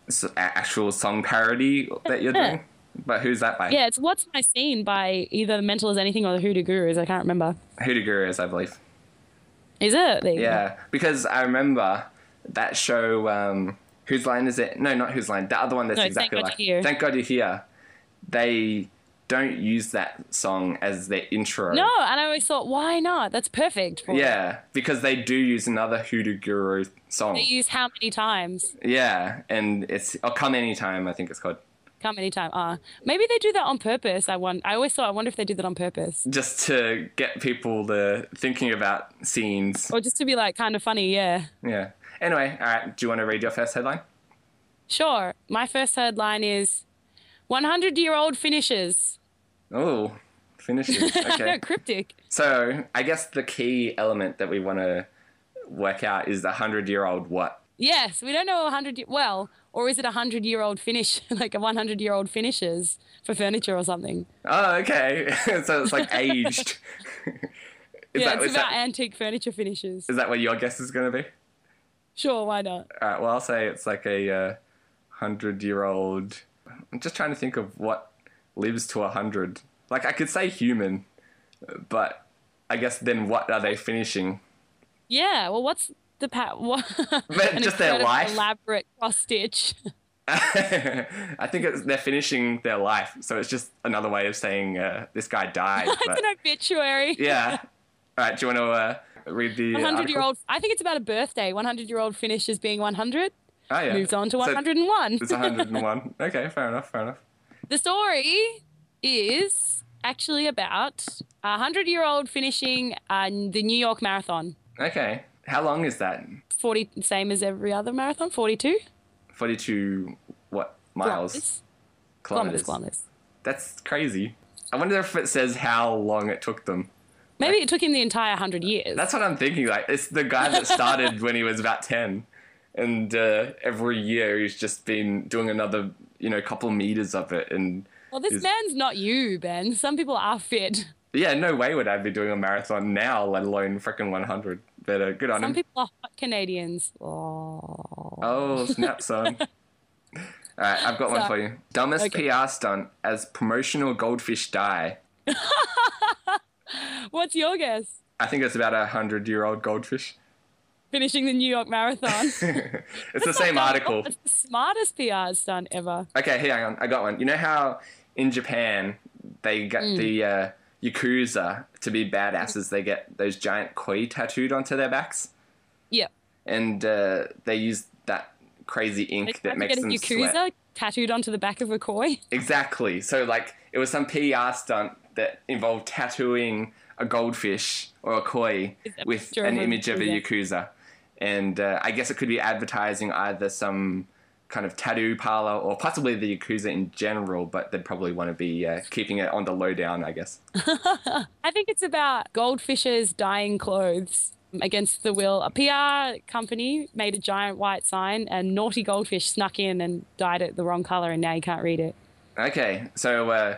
[SPEAKER 1] s- a- actual song parody that
[SPEAKER 2] [LAUGHS]
[SPEAKER 1] you're doing? But who's that by?
[SPEAKER 2] Yeah, it's what's my scene by either Mental as Anything or the Hoodoo Gurus. I can't remember.
[SPEAKER 1] Hoodoo Guru is, I believe.
[SPEAKER 2] Is it? There you go.
[SPEAKER 1] Yeah, because I remember that show. Um, whose line is it? No, not whose line. The other one that's
[SPEAKER 2] No, Thank
[SPEAKER 1] exactly
[SPEAKER 2] God
[SPEAKER 1] like.
[SPEAKER 2] You're Here.
[SPEAKER 1] Thank God you're here. They don't use that song as their intro.
[SPEAKER 2] No, and I always thought, why not? That's perfect. For it.
[SPEAKER 1] Yeah, because they do use another Hoodoo Guru song.
[SPEAKER 2] They use how many times?
[SPEAKER 1] Yeah, and it's "I'll Come Anytime." I think it's called.
[SPEAKER 2] How many times? Ah, maybe they do that on purpose. I want. I always thought. I wonder if they did that on purpose,
[SPEAKER 1] just to get people to thinking about scenes.
[SPEAKER 2] or just to be like kind of funny. Yeah.
[SPEAKER 1] Yeah. Anyway, all right. Do you want to read your first headline?
[SPEAKER 2] Sure. My first headline is 100 year old finishes.
[SPEAKER 1] Oh,
[SPEAKER 2] [LAUGHS]
[SPEAKER 1] finishes.
[SPEAKER 2] No,
[SPEAKER 1] Okay.
[SPEAKER 2] cryptic.
[SPEAKER 1] so I guess the key element that we want to work out is the hundred-year-old what.
[SPEAKER 2] Yes, we don't know 100 year, well, or is it a 100 year old finish, [LAUGHS] like a 100 year old finishes for furniture or something?
[SPEAKER 1] Oh, okay. [LAUGHS] so it's
[SPEAKER 2] [LAUGHS]
[SPEAKER 1] like aged. is,
[SPEAKER 2] yeah,
[SPEAKER 1] that,
[SPEAKER 2] it's
[SPEAKER 1] is,
[SPEAKER 2] about
[SPEAKER 1] that,
[SPEAKER 2] antique furniture finishes.
[SPEAKER 1] is that what your guess is going to be?
[SPEAKER 2] Sure, why not?
[SPEAKER 1] All right. Well, I'll say it's like a uh, hundred-year-old. I'm just trying to think of what lives to a hundred. Like I could say human, but I guess then what are they finishing?
[SPEAKER 2] Yeah, well, what's the pat? [LAUGHS] What, [LAUGHS] an
[SPEAKER 1] just their
[SPEAKER 2] incredible
[SPEAKER 1] life.
[SPEAKER 2] Elaborate cross [LAUGHS] stitch.
[SPEAKER 1] [LAUGHS] I think it's, they're finishing their life, so it's just another
[SPEAKER 2] [LAUGHS]
[SPEAKER 1] way of saying uh, this guy died.
[SPEAKER 2] it's
[SPEAKER 1] but-
[SPEAKER 2] an obituary.
[SPEAKER 1] yeah. All right. Do you want to uh, read the
[SPEAKER 2] 100 year
[SPEAKER 1] article?
[SPEAKER 2] old, I think it's about a birthday. 100 year old finished as being 100,
[SPEAKER 1] Oh, yeah.
[SPEAKER 2] moves on to
[SPEAKER 1] So
[SPEAKER 2] 101.
[SPEAKER 1] it's
[SPEAKER 2] [LAUGHS]
[SPEAKER 1] 101. okay, fair enough, fair enough.
[SPEAKER 2] the story is actually about a 100 year old finishing uh, the New York Marathon.
[SPEAKER 1] Okay. How long is that?
[SPEAKER 2] 40, same as every other marathon, 42
[SPEAKER 1] 42 what miles?
[SPEAKER 2] kilometers. Kilometers, kilometers.
[SPEAKER 1] That's crazy. I wonder if it says how long it took them.
[SPEAKER 2] Maybe it took him the entire 100 years.
[SPEAKER 1] That's what I'm thinking. Like, it's the guy that started when he was about 10. And uh, every year he's just been doing another, you know, couple meters of it. And
[SPEAKER 2] well, this
[SPEAKER 1] is-
[SPEAKER 2] man's not you, Ben. Some people are fit.
[SPEAKER 1] yeah, no way would I be doing a marathon now, let alone freaking 100. But uh, good on
[SPEAKER 2] Some
[SPEAKER 1] him.
[SPEAKER 2] people are hot Canadians. Oh.
[SPEAKER 1] Oh, snap,
[SPEAKER 2] [LAUGHS]
[SPEAKER 1] son. All right, I've got one for
[SPEAKER 2] Sorry.
[SPEAKER 1] you. Dumbest
[SPEAKER 2] Okay.
[SPEAKER 1] PR stunt as promotional goldfish die.
[SPEAKER 2] What's your guess?
[SPEAKER 1] I think it's about a 100 year old goldfish. [LAUGHS]
[SPEAKER 2] Finishing the New York Marathon.
[SPEAKER 1] It's the
[SPEAKER 2] [LAUGHS]
[SPEAKER 1] same article.
[SPEAKER 2] It's the smartest PR stunt ever.
[SPEAKER 1] Okay, here, hang on. I got one. You know how in Japan they get the
[SPEAKER 2] Mm.
[SPEAKER 1] uh, yakuza to be badasses? They get those giant koi tattooed onto their backs,
[SPEAKER 2] Yep.
[SPEAKER 1] and uh, they use that crazy ink
[SPEAKER 2] They tried
[SPEAKER 1] that
[SPEAKER 2] to
[SPEAKER 1] makes
[SPEAKER 2] get a
[SPEAKER 1] them
[SPEAKER 2] Yakuza
[SPEAKER 1] sweat.
[SPEAKER 2] tattooed onto the back of a koi.
[SPEAKER 1] Exactly. So like it was some PR stunt that involved tattooing a goldfish or a koi
[SPEAKER 2] With a
[SPEAKER 1] with
[SPEAKER 2] picture of
[SPEAKER 1] an
[SPEAKER 2] a
[SPEAKER 1] image of a
[SPEAKER 2] yakuza.
[SPEAKER 1] yakuza, and uh, I guess it could be advertising either some kind of tattoo parlor or possibly the yakuza in general, but they'd probably want to be uh, keeping it on the low down, I guess.
[SPEAKER 2] I think it's about goldfishes dyeing clothes against the will. A PR company made a giant white sign, and naughty goldfish snuck in and dyed it the wrong color, and now you can't read it.
[SPEAKER 1] Okay, so uh,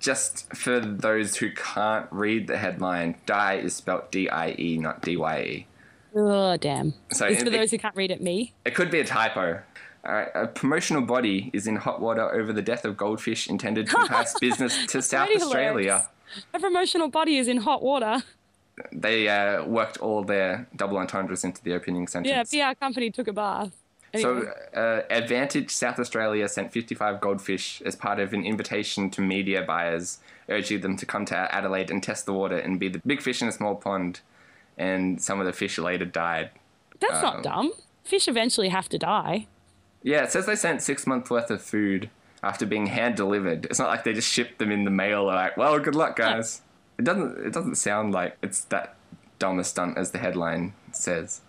[SPEAKER 1] just for those who can't read the headline, die is spelt D-I-E, E, not D-Y-E.
[SPEAKER 2] Oh, damn.
[SPEAKER 1] So
[SPEAKER 2] it's for
[SPEAKER 1] it-
[SPEAKER 2] those who can't read it, me.
[SPEAKER 1] It could be a typo. All right, a promotional body is in hot water over the death of goldfish intended to pass business to South
[SPEAKER 2] pretty
[SPEAKER 1] Australia.
[SPEAKER 2] hilarious. A promotional body is in hot water.
[SPEAKER 1] They uh, worked all their double entendres into the opening
[SPEAKER 2] Yeah,
[SPEAKER 1] sentence.
[SPEAKER 2] PR company took a bath. Anyway.
[SPEAKER 1] So, uh, Advantage South Australia sent 55 goldfish as part of an invitation to media buyers, urging them to come to Adelaide and test the water and be the big fish in a small pond. And some of the fish later died.
[SPEAKER 2] That's
[SPEAKER 1] um,
[SPEAKER 2] not dumb. Fish eventually have to die.
[SPEAKER 1] Yeah, it says they sent six months worth of food after being hand delivered. It's not like they just shipped them in the mail. They're like, "Well, good luck, guys." It doesn't. It doesn't sound like it's that dumb a stunt as the headline says.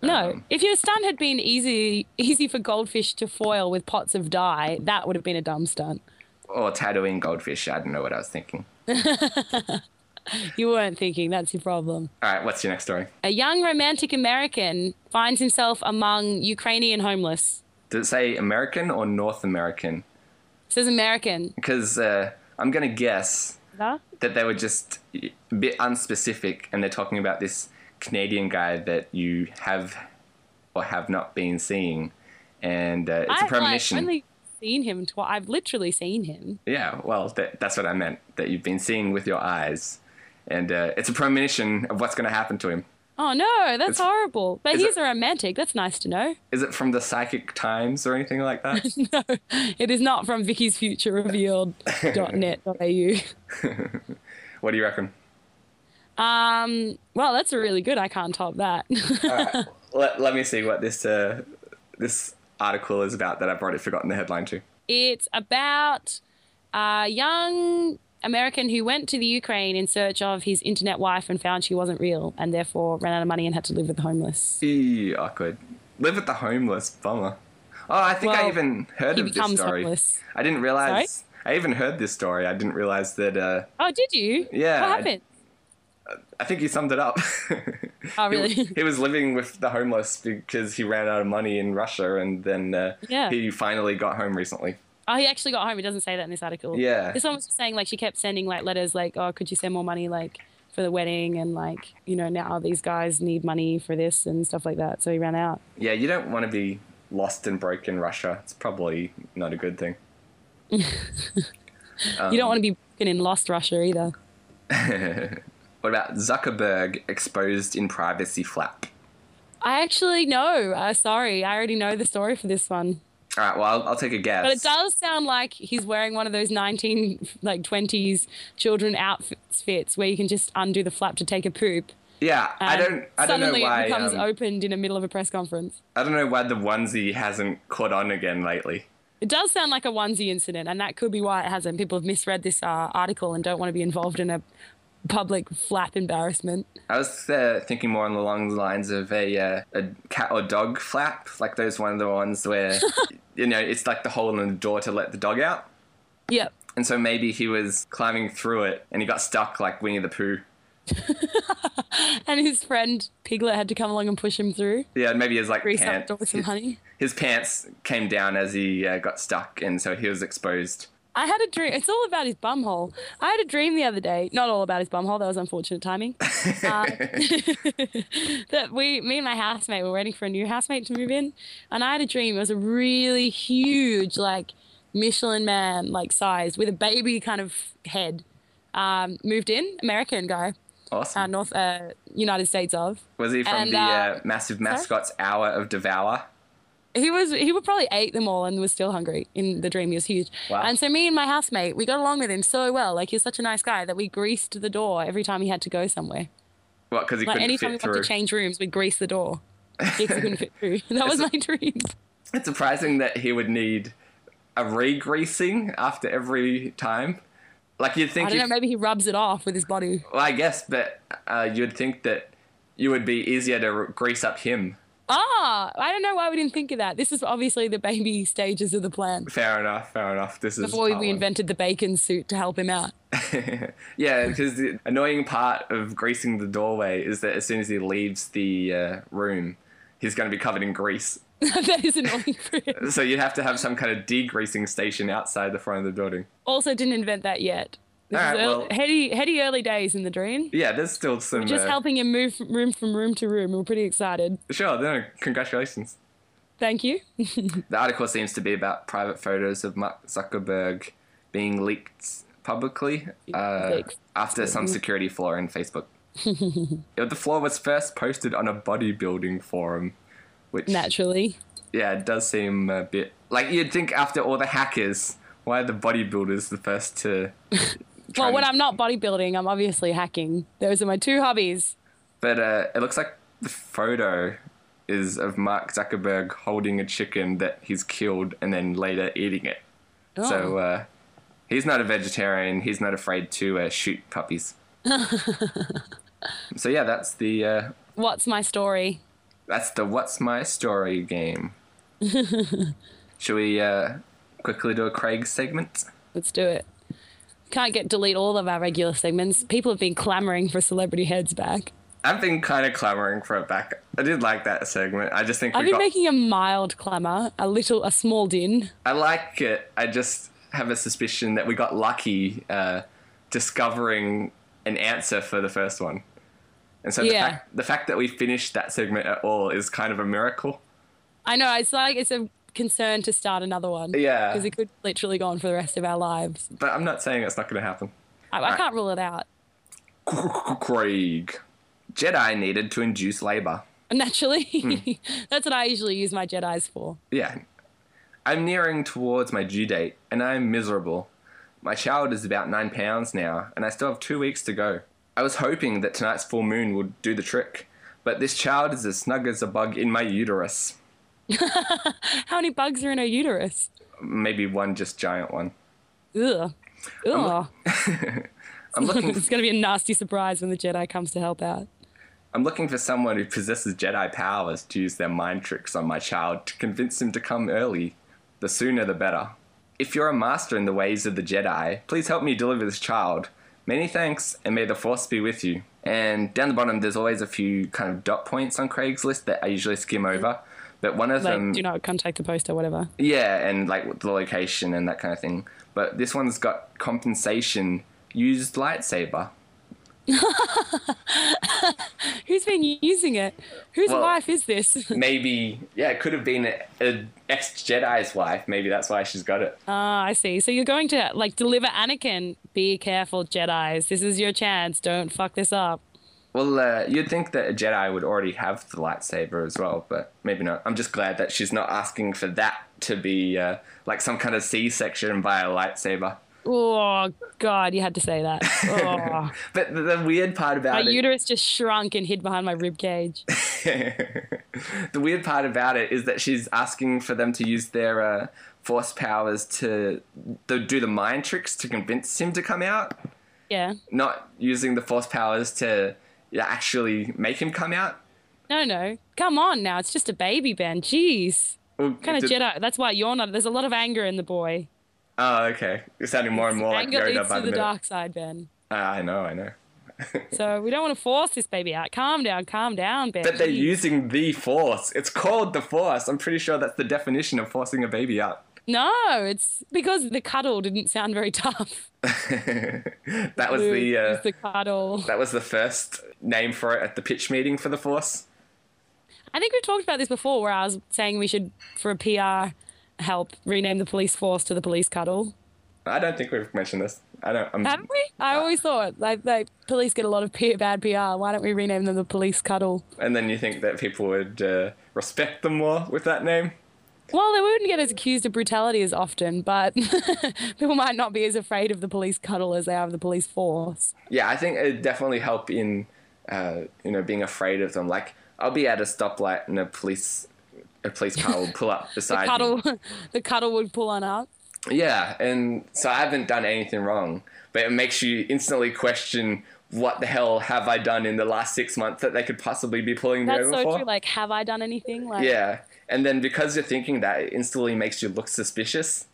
[SPEAKER 2] No,
[SPEAKER 1] Um,
[SPEAKER 2] if your stunt had been easy, easy for goldfish to foil with pots of dye, that would have been a dumb stunt.
[SPEAKER 1] Or tattooing goldfish. I don't know what I was thinking.
[SPEAKER 2] You weren't thinking. That's your problem.
[SPEAKER 1] All right, what's your next story?
[SPEAKER 2] A young romantic American finds himself among Ukrainian homeless.
[SPEAKER 1] Does it say American or North American?
[SPEAKER 2] It says American.
[SPEAKER 1] Because uh, I'm gonna guess that they were just a bit unspecific, and they're talking about this Canadian guy that you have or have not been seeing, and uh, it's a premonition.
[SPEAKER 2] I've only seen him twice. I've literally seen him.
[SPEAKER 1] Yeah, well, that, that's what I meant. That you've been seeing with your eyes, and uh, it's a premonition of what's going to happen to him.
[SPEAKER 2] Oh no, that's horrible. But
[SPEAKER 1] is
[SPEAKER 2] he's
[SPEAKER 1] it-
[SPEAKER 2] a romantic. That's nice to know. [LAUGHS]
[SPEAKER 1] Is it from the psychic times or anything like that?
[SPEAKER 2] No, it is not from Vicky's Future Revealed.net.au.
[SPEAKER 1] what do you reckon?
[SPEAKER 2] Um, well, that's really good. I can't top that. [LAUGHS]
[SPEAKER 1] Let, let me see what this uh, this article is about that I've already forgotten the headline to.
[SPEAKER 2] It's about a young American who went to the Ukraine in search of his internet wife and found she wasn't real and therefore ran out of money and had to live with the homeless.
[SPEAKER 1] Eee, awkward. Live with the homeless. Bummer. Oh, I think I
[SPEAKER 2] Well,
[SPEAKER 1] even heard
[SPEAKER 2] he
[SPEAKER 1] of this
[SPEAKER 2] becomes
[SPEAKER 1] story.
[SPEAKER 2] homeless.
[SPEAKER 1] I didn't realize. I even heard this story. I didn't realize that. Uh,
[SPEAKER 2] Oh, did you?
[SPEAKER 1] Yeah,
[SPEAKER 2] What
[SPEAKER 1] I-
[SPEAKER 2] happened?
[SPEAKER 1] I think you summed it up. [LAUGHS]
[SPEAKER 2] Oh,
[SPEAKER 1] He-
[SPEAKER 2] really?
[SPEAKER 1] He, was living with the homeless because he ran out of money in Russia, and then uh,
[SPEAKER 2] Yeah.
[SPEAKER 1] he finally got home recently.
[SPEAKER 2] [LAUGHS] Oh, he actually got home. It doesn't say that in this article.
[SPEAKER 1] Yeah.
[SPEAKER 2] This one was just saying like she kept sending like letters like, oh, could you send more money like for the wedding and like you know now these guys need money for this and stuff like that. So he ran out.
[SPEAKER 1] Yeah, you don't want to be lost and broke in Russia. It's probably not a good thing.
[SPEAKER 2] you
[SPEAKER 1] Um.
[SPEAKER 2] don't want to be fucking in lost Russia either.
[SPEAKER 1] What about Zuckerberg exposed in privacy flap?
[SPEAKER 2] I actually know. Uh, sorry, I already know the story for this one.
[SPEAKER 1] All right, well, I'll, I'll take a guess.
[SPEAKER 2] But it does sound like he's wearing one of those 19, like 20s children outfits fits where you can just undo the flap to take a poop.
[SPEAKER 1] Yeah, I don't. I don't know
[SPEAKER 2] Suddenly
[SPEAKER 1] why.
[SPEAKER 2] it becomes
[SPEAKER 1] um,
[SPEAKER 2] opened in the middle of a press conference.
[SPEAKER 1] I don't know why the onesie hasn't caught on again lately.
[SPEAKER 2] It does sound like a onesie incident, and that could be why it hasn't. People have misread this uh, article and don't want to be involved in a public flap embarrassment.
[SPEAKER 1] I was uh, thinking more on the long lines of a uh, a cat or dog flap, like those one of the ones
[SPEAKER 2] [LAUGHS]
[SPEAKER 1] where you know it's like the hole in the door to let the dog out,
[SPEAKER 2] Yep.
[SPEAKER 1] and so maybe he was climbing through it and he got stuck like Winnie the Pooh.
[SPEAKER 2] And his friend Piglet had to come along and push him through.
[SPEAKER 1] Yeah, maybe his like
[SPEAKER 2] Grease up
[SPEAKER 1] pants.
[SPEAKER 2] the door with some
[SPEAKER 1] his-
[SPEAKER 2] honey.
[SPEAKER 1] His pants came down as he uh, got stuck, and so he was exposed.
[SPEAKER 2] I had a dream. It's all about his bumhole. I had a dream the other day. Not all about his bumhole. That was unfortunate timing. Uh, [LAUGHS] that we, me and my housemate, were waiting for a new housemate to move in, and I had a dream. It was a really huge, like Michelin man, like size, with a baby kind of head. Um, moved in, American guy,
[SPEAKER 1] Awesome.
[SPEAKER 2] uh, North uh, United States of.
[SPEAKER 1] was he from
[SPEAKER 2] and,
[SPEAKER 1] the uh,
[SPEAKER 2] uh,
[SPEAKER 1] massive mascots Hour of Devour?
[SPEAKER 2] he was he would probably ate them all and was still hungry in the dream he was huge
[SPEAKER 1] Wow.
[SPEAKER 2] and so me and my housemate we got along with him so well like he was such a nice guy that we greased the door every time he had to go somewhere
[SPEAKER 1] What? Because he
[SPEAKER 2] like
[SPEAKER 1] couldn't
[SPEAKER 2] anytime we
[SPEAKER 1] fit
[SPEAKER 2] wanted
[SPEAKER 1] through.
[SPEAKER 2] to change rooms we'd grease the door because he couldn't fit through [LAUGHS] that was my dream
[SPEAKER 1] It's surprising that he would need a re-greasing after every time. Like you'd
[SPEAKER 2] i
[SPEAKER 1] think,
[SPEAKER 2] don't know
[SPEAKER 1] if-
[SPEAKER 2] maybe he rubs it off with his body
[SPEAKER 1] well, I guess, but uh, you'd think that you would be easier to re- grease up him.
[SPEAKER 2] ah i don't know why we didn't think of that this is obviously the baby stages of the plan
[SPEAKER 1] Fair enough, fair enough. This is
[SPEAKER 2] before
[SPEAKER 1] part
[SPEAKER 2] we
[SPEAKER 1] one.
[SPEAKER 2] invented the bacon suit to help him out [LAUGHS]
[SPEAKER 1] yeah, because the annoying part of greasing the doorway is that as soon as he leaves the uh, room, he's going to be covered in grease.
[SPEAKER 2] that is annoying for him
[SPEAKER 1] So you'd have to have some kind of degreasing station outside the front of the building.
[SPEAKER 2] also didn't invent that yet this
[SPEAKER 1] All
[SPEAKER 2] is
[SPEAKER 1] right,
[SPEAKER 2] early,
[SPEAKER 1] well-
[SPEAKER 2] heady, heady early days in the dream
[SPEAKER 1] Yeah, there's still some.
[SPEAKER 2] just
[SPEAKER 1] uh,
[SPEAKER 2] helping him move from room from room to room. We're pretty excited.
[SPEAKER 1] Sure, no, congratulations.
[SPEAKER 2] Thank you.
[SPEAKER 1] The article seems to be about private photos of Mark Zuckerberg being leaked publicly uh,
[SPEAKER 2] Leaked.
[SPEAKER 1] after some security flaw in Facebook. Yeah, the flaw was first posted on a bodybuilding forum, which
[SPEAKER 2] Naturally,
[SPEAKER 1] yeah, it does seem a bit like you'd think after all the hackers, why are the bodybuilders the first to? try
[SPEAKER 2] well, when
[SPEAKER 1] and-
[SPEAKER 2] I'm not bodybuilding, I'm obviously hacking. Those are my two hobbies.
[SPEAKER 1] But uh, it looks like the photo is of Mark Zuckerberg holding a chicken that he's killed and then later eating it.
[SPEAKER 2] Oh.
[SPEAKER 1] So uh, he's not a vegetarian. He's not afraid to uh, shoot puppies. so yeah, that's the uh,
[SPEAKER 2] What's my story?
[SPEAKER 1] that's the what's my story game. Should we uh, quickly do a Craig segment?
[SPEAKER 2] Let's do it. Can't get delete all of our regular segments. People have been clamoring for celebrity heads back.
[SPEAKER 1] I've been kind of clamoring for it back. I did like that segment. I just think
[SPEAKER 2] I've
[SPEAKER 1] we
[SPEAKER 2] been
[SPEAKER 1] got.
[SPEAKER 2] making a mild clamor, a little, a small din.
[SPEAKER 1] I like it. I just have a suspicion that we got lucky uh, discovering an answer for the first one. And so the,
[SPEAKER 2] Yeah.
[SPEAKER 1] fact, the fact that we finished that segment at all is kind of a miracle.
[SPEAKER 2] I know it's like it's a concern to start another one.
[SPEAKER 1] Yeah.
[SPEAKER 2] because it could literally go on for the rest of our lives.
[SPEAKER 1] But I'm not saying it's not going to happen.
[SPEAKER 2] I, I can't rule it out. [LAUGHS]
[SPEAKER 1] Craig. Jedi needed to induce labor.
[SPEAKER 2] Naturally,
[SPEAKER 1] Hmm.
[SPEAKER 2] that's what I usually use my Jedi's for.
[SPEAKER 1] Yeah. I'm nearing towards my due date and I'm miserable. My child is about nine pounds now and I still have two weeks to go. I was hoping that tonight's full moon would do the trick, but this child is as snug as a bug in my uterus.
[SPEAKER 2] How many bugs are in her uterus?
[SPEAKER 1] Maybe one just giant one.
[SPEAKER 2] Ugh. Ugh.
[SPEAKER 1] [LAUGHS] I'm looking,
[SPEAKER 2] it's going to be a nasty surprise when the Jedi comes to help out.
[SPEAKER 1] I'm looking for someone who possesses Jedi powers to use their mind tricks on my child to convince him to come early. The sooner the better. If you're a master in the ways of the Jedi, please help me deliver this child. Many thanks, and may the Force be with you. And down the bottom, there's always a few kind of dot points on Craigslist that I usually skim over, but one of
[SPEAKER 2] Like,
[SPEAKER 1] them,
[SPEAKER 2] do not contact the post or whatever.
[SPEAKER 1] yeah, and like the location and that kind of thing. But this one's got compensation used lightsaber.
[SPEAKER 2] Who's been using it? Whose
[SPEAKER 1] Well-
[SPEAKER 2] wife is this? [LAUGHS]
[SPEAKER 1] maybe yeah, it could have been an ex Jedi's wife. Maybe that's why she's got it.
[SPEAKER 2] Ah, I see. So you're going to like deliver Anakin. Be careful, Jedi's. This is your chance. Don't fuck this up.
[SPEAKER 1] Well, uh, you'd think that a Jedi would already have the lightsaber as well, but maybe not. I'm just glad that she's not asking for that to be uh, like some kind of C section by a lightsaber.
[SPEAKER 2] Oh God, you had to
[SPEAKER 1] [LAUGHS]
[SPEAKER 2] say that. Oh.
[SPEAKER 1] But the, the weird part
[SPEAKER 2] My
[SPEAKER 1] about it,
[SPEAKER 2] uterus just shrunk and hid behind my rib cage.
[SPEAKER 1] [LAUGHS] the weird part about it is that she's asking for them to use their uh, force powers to, to do the mind tricks to convince him to come out,
[SPEAKER 2] Yeah.
[SPEAKER 1] not using the force powers to yeah, actually make him come out.
[SPEAKER 2] No, no. Come on now. It's just a baby, Ben. Jeez.
[SPEAKER 1] Well,
[SPEAKER 2] Kind of
[SPEAKER 1] did-
[SPEAKER 2] Jedi. That's why you're not. There's a lot of anger in the boy.
[SPEAKER 1] Oh, okay. You're sounding more and more like
[SPEAKER 2] anger
[SPEAKER 1] Yoda
[SPEAKER 2] leads
[SPEAKER 1] by the
[SPEAKER 2] to the
[SPEAKER 1] minute.
[SPEAKER 2] dark side, Ben.
[SPEAKER 1] Ah, I know, I know.
[SPEAKER 2] So we don't want to force this baby out. Calm down. Calm down, Ben.
[SPEAKER 1] But they're
[SPEAKER 2] Jeez.
[SPEAKER 1] using the force. It's called the force. I'm pretty sure that's the definition of forcing a baby out.
[SPEAKER 2] No, it's because the cuddle didn't sound very [LAUGHS] tough.
[SPEAKER 1] that was
[SPEAKER 2] Ooh,
[SPEAKER 1] the uh,
[SPEAKER 2] it's the cuddle.
[SPEAKER 1] that was the first name for it at the pitch meeting for the force.
[SPEAKER 2] I think we've talked about this before, where I was saying we should, for a PR help, rename the police force to the police cuddle.
[SPEAKER 1] I don't think we've mentioned this. I don't. um, I'm,
[SPEAKER 2] Haven't we?
[SPEAKER 1] Uh,
[SPEAKER 2] I always thought like, like police get a lot of P- bad PR. Why don't we rename them the police cuddle?
[SPEAKER 1] and then you think that people would uh, respect them more with that name.
[SPEAKER 2] Well, they wouldn't get as accused of brutality as often, but [LAUGHS] people might not be as afraid of the police cuddle as they are of the police force.
[SPEAKER 1] Yeah, I think it'd definitely help in uh, you know being afraid of them. Like I'll be at a stoplight and a police a police car will pull
[SPEAKER 2] [LAUGHS]
[SPEAKER 1] up beside me.
[SPEAKER 2] Cuddle, the cuddle would pull on up.
[SPEAKER 1] Yeah, and so I haven't done anything wrong, but it makes you instantly question what the hell have I done in the last six months that they could possibly be pulling me
[SPEAKER 2] That's
[SPEAKER 1] over
[SPEAKER 2] so
[SPEAKER 1] for?
[SPEAKER 2] true. Like, have I done anything? Like,
[SPEAKER 1] yeah, and then because you're thinking that, it instantly makes you look suspicious.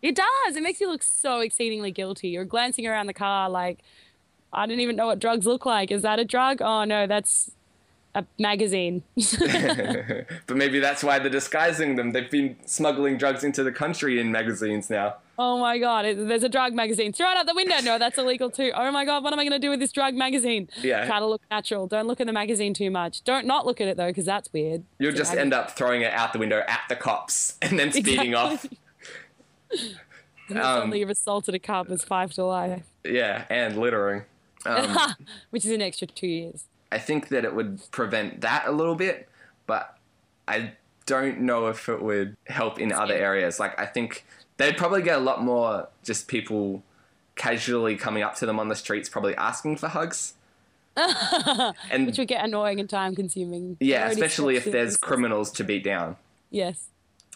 [SPEAKER 2] It does. It makes you look so exceedingly guilty. You're glancing around the car like, I didn't even know what drugs look like. Is that a drug? Oh no, that's a magazine.
[SPEAKER 1] But maybe that's why they're disguising them. They've been smuggling drugs into the country in magazines now.
[SPEAKER 2] oh my god, it, there's a drug magazine. Throw it out the window. No, that's illegal too. Oh my god, what am I going to do with this drug magazine?
[SPEAKER 1] Yeah.
[SPEAKER 2] Try to look natural. Don't look at the magazine too much. Don't not look at it though, because that's weird.
[SPEAKER 1] You'll just end up throwing it out the window at the cops [LAUGHS] and then speeding off. [LAUGHS] Um,
[SPEAKER 2] Suddenly, you've assaulted a cop. It's five to life,
[SPEAKER 1] Yeah, and littering. Um,
[SPEAKER 2] [LAUGHS] which is an extra two years.
[SPEAKER 1] I think that it would prevent that a little bit, but I don't know if it would help in other areas. Like I think they'd probably get a lot more just people casually coming up to them on the streets, probably asking for hugs. and
[SPEAKER 2] Which would get annoying and time consuming.
[SPEAKER 1] yeah,
[SPEAKER 2] Already
[SPEAKER 1] especially if
[SPEAKER 2] such a-
[SPEAKER 1] there's criminals to beat down. [LAUGHS]
[SPEAKER 2] Yes.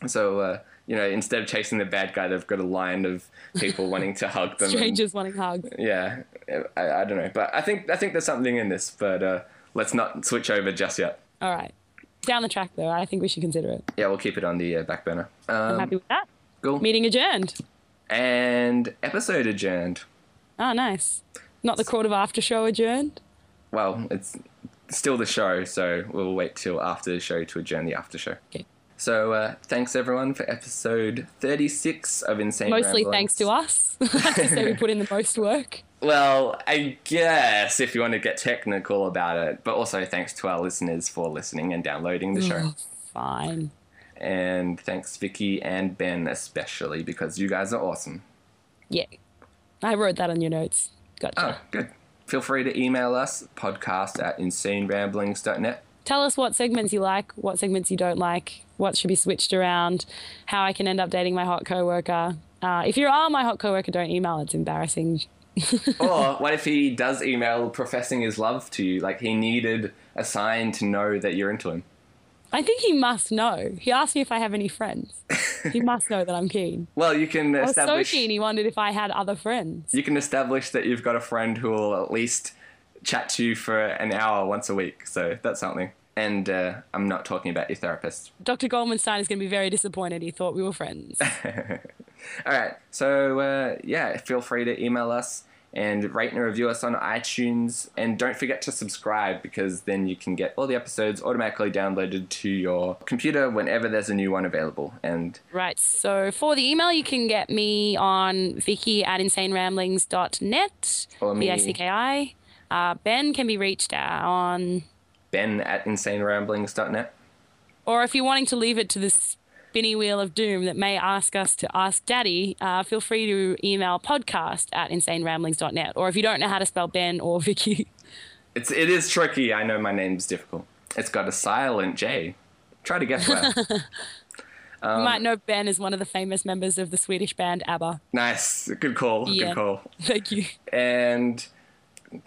[SPEAKER 1] So uh, you know, instead of chasing the bad guy, they've got a line of
[SPEAKER 2] [LAUGHS]
[SPEAKER 1] people wanting to hug them. and-
[SPEAKER 2] strangers wanting hugs.
[SPEAKER 1] yeah, I, I don't know, but I think I think there's something in this, but uh, let's not switch over just yet.
[SPEAKER 2] All right. Down the track, though, I think we should consider it.
[SPEAKER 1] Yeah, we'll keep it on the uh, back burner.
[SPEAKER 2] I'm
[SPEAKER 1] Um,
[SPEAKER 2] happy with that.
[SPEAKER 1] cool.
[SPEAKER 2] Meeting adjourned.
[SPEAKER 1] and episode adjourned.
[SPEAKER 2] Oh, nice. Not the court of after show adjourned.
[SPEAKER 1] Well, it's still the show, so we'll wait till after the show to adjourn the after show.
[SPEAKER 2] Okay.
[SPEAKER 1] So uh, thanks everyone for episode 36 of Insane.
[SPEAKER 2] Mostly
[SPEAKER 1] Ramblings.
[SPEAKER 2] thanks to us. [LAUGHS] I have to say we put in the most work.
[SPEAKER 1] Well, I guess if you want to get technical about it, but also thanks to our listeners for listening and downloading the show.
[SPEAKER 2] Fine.
[SPEAKER 1] and thanks Vicky and Ben especially because you guys are awesome.
[SPEAKER 2] Yeah. I wrote that on your notes. Gotcha.
[SPEAKER 1] Oh, good. Feel free to email us podcast at insaneramblings.net.
[SPEAKER 2] Tell us what segments you like, what segments you don't like, what should be switched around, how I can end up dating my hot coworker. Uh, if you are my hot coworker, don't email. It's embarrassing.
[SPEAKER 1] or what if he does email professing his love to you? Like he needed a sign to know that you're into him.
[SPEAKER 2] I think he must know. He asked me if I have any friends. he must know that I'm keen.
[SPEAKER 1] Well, you can
[SPEAKER 2] I was so
[SPEAKER 1] establish
[SPEAKER 2] keen. He wondered if I had other friends.
[SPEAKER 1] you can establish that you've got a friend who will at least chat to you for an hour once a week. So that's something. And uh, I'm not talking about your therapist.
[SPEAKER 2] Dr. Goldmanstein is going to be very disappointed. He thought we were friends.
[SPEAKER 1] All right. So uh, yeah, feel free to email us and rate and review us on iTunes. And don't forget to subscribe because then you can get all the episodes automatically downloaded to your computer whenever there's a new one available. And
[SPEAKER 2] right. So for the email, you can get me on Vicky at insaneramblings.net.
[SPEAKER 1] Or me.
[SPEAKER 2] V-I-C-K-I. Uh, ben can be reached at- on,
[SPEAKER 1] Ben at insaneramblings.net.
[SPEAKER 2] or if you're wanting to leave it to the spinny wheel of doom that may ask us to ask daddy, uh, feel free to email podcast at insaneramblings.net. Or if you don't know how to spell Ben or Vicky, [LAUGHS]
[SPEAKER 1] It's it is tricky. I know my name's difficult. It's got a silent J. Try to guess well.
[SPEAKER 2] you might know Ben is one of the famous members of the Swedish band ABBA. [LAUGHS]
[SPEAKER 1] Nice. Good call.
[SPEAKER 2] Yeah.
[SPEAKER 1] Good call.
[SPEAKER 2] Thank you.
[SPEAKER 1] and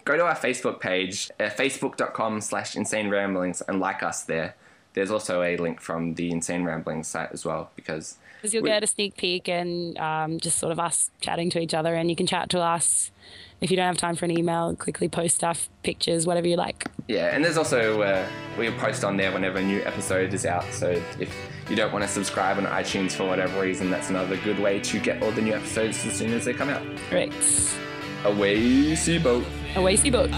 [SPEAKER 1] go to our Facebook page, uh, facebook.com slash insane ramblings, and like us there. There's also a link from the Insane Ramblings site as well because
[SPEAKER 2] Because you'll
[SPEAKER 1] we-
[SPEAKER 2] get a sneak peek and um, just sort of us chatting to each other, and you can chat to us. If you don't have time for an email, quickly post stuff, pictures, whatever you like.
[SPEAKER 1] yeah, and there's also uh, we'll post on there whenever a new episode is out. So if you don't want to subscribe on iTunes for whatever reason, that's another good way to get all the new episodes as soon as they come out.
[SPEAKER 2] Right.
[SPEAKER 1] Away sea boat.
[SPEAKER 2] A wasty book.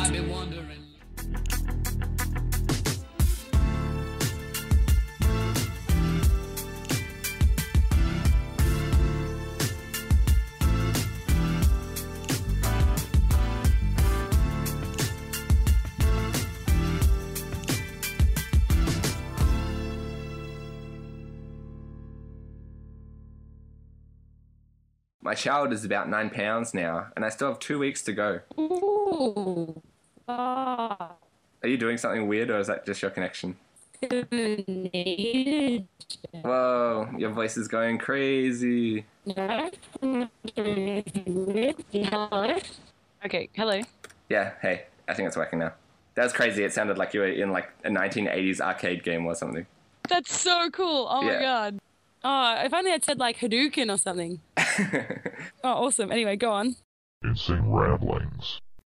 [SPEAKER 1] My child is about nine pounds now, and I still have two weeks to go.
[SPEAKER 2] Ooh. Ah.
[SPEAKER 1] Are you doing something weird, or is that just your connection?
[SPEAKER 2] Need
[SPEAKER 1] Whoa, your voice is going crazy.
[SPEAKER 2] Okay, hello.
[SPEAKER 1] Yeah, hey, I think it's working now. That was crazy. It sounded like you were in like a 1980s arcade game or something.
[SPEAKER 2] That's so cool. Oh
[SPEAKER 1] Yeah.
[SPEAKER 2] my god. Oh, if only I'd said like
[SPEAKER 1] [LAUGHS]
[SPEAKER 2] Hadouken or something. Oh, awesome. Anyway, go on.
[SPEAKER 3] Insane Ramblings.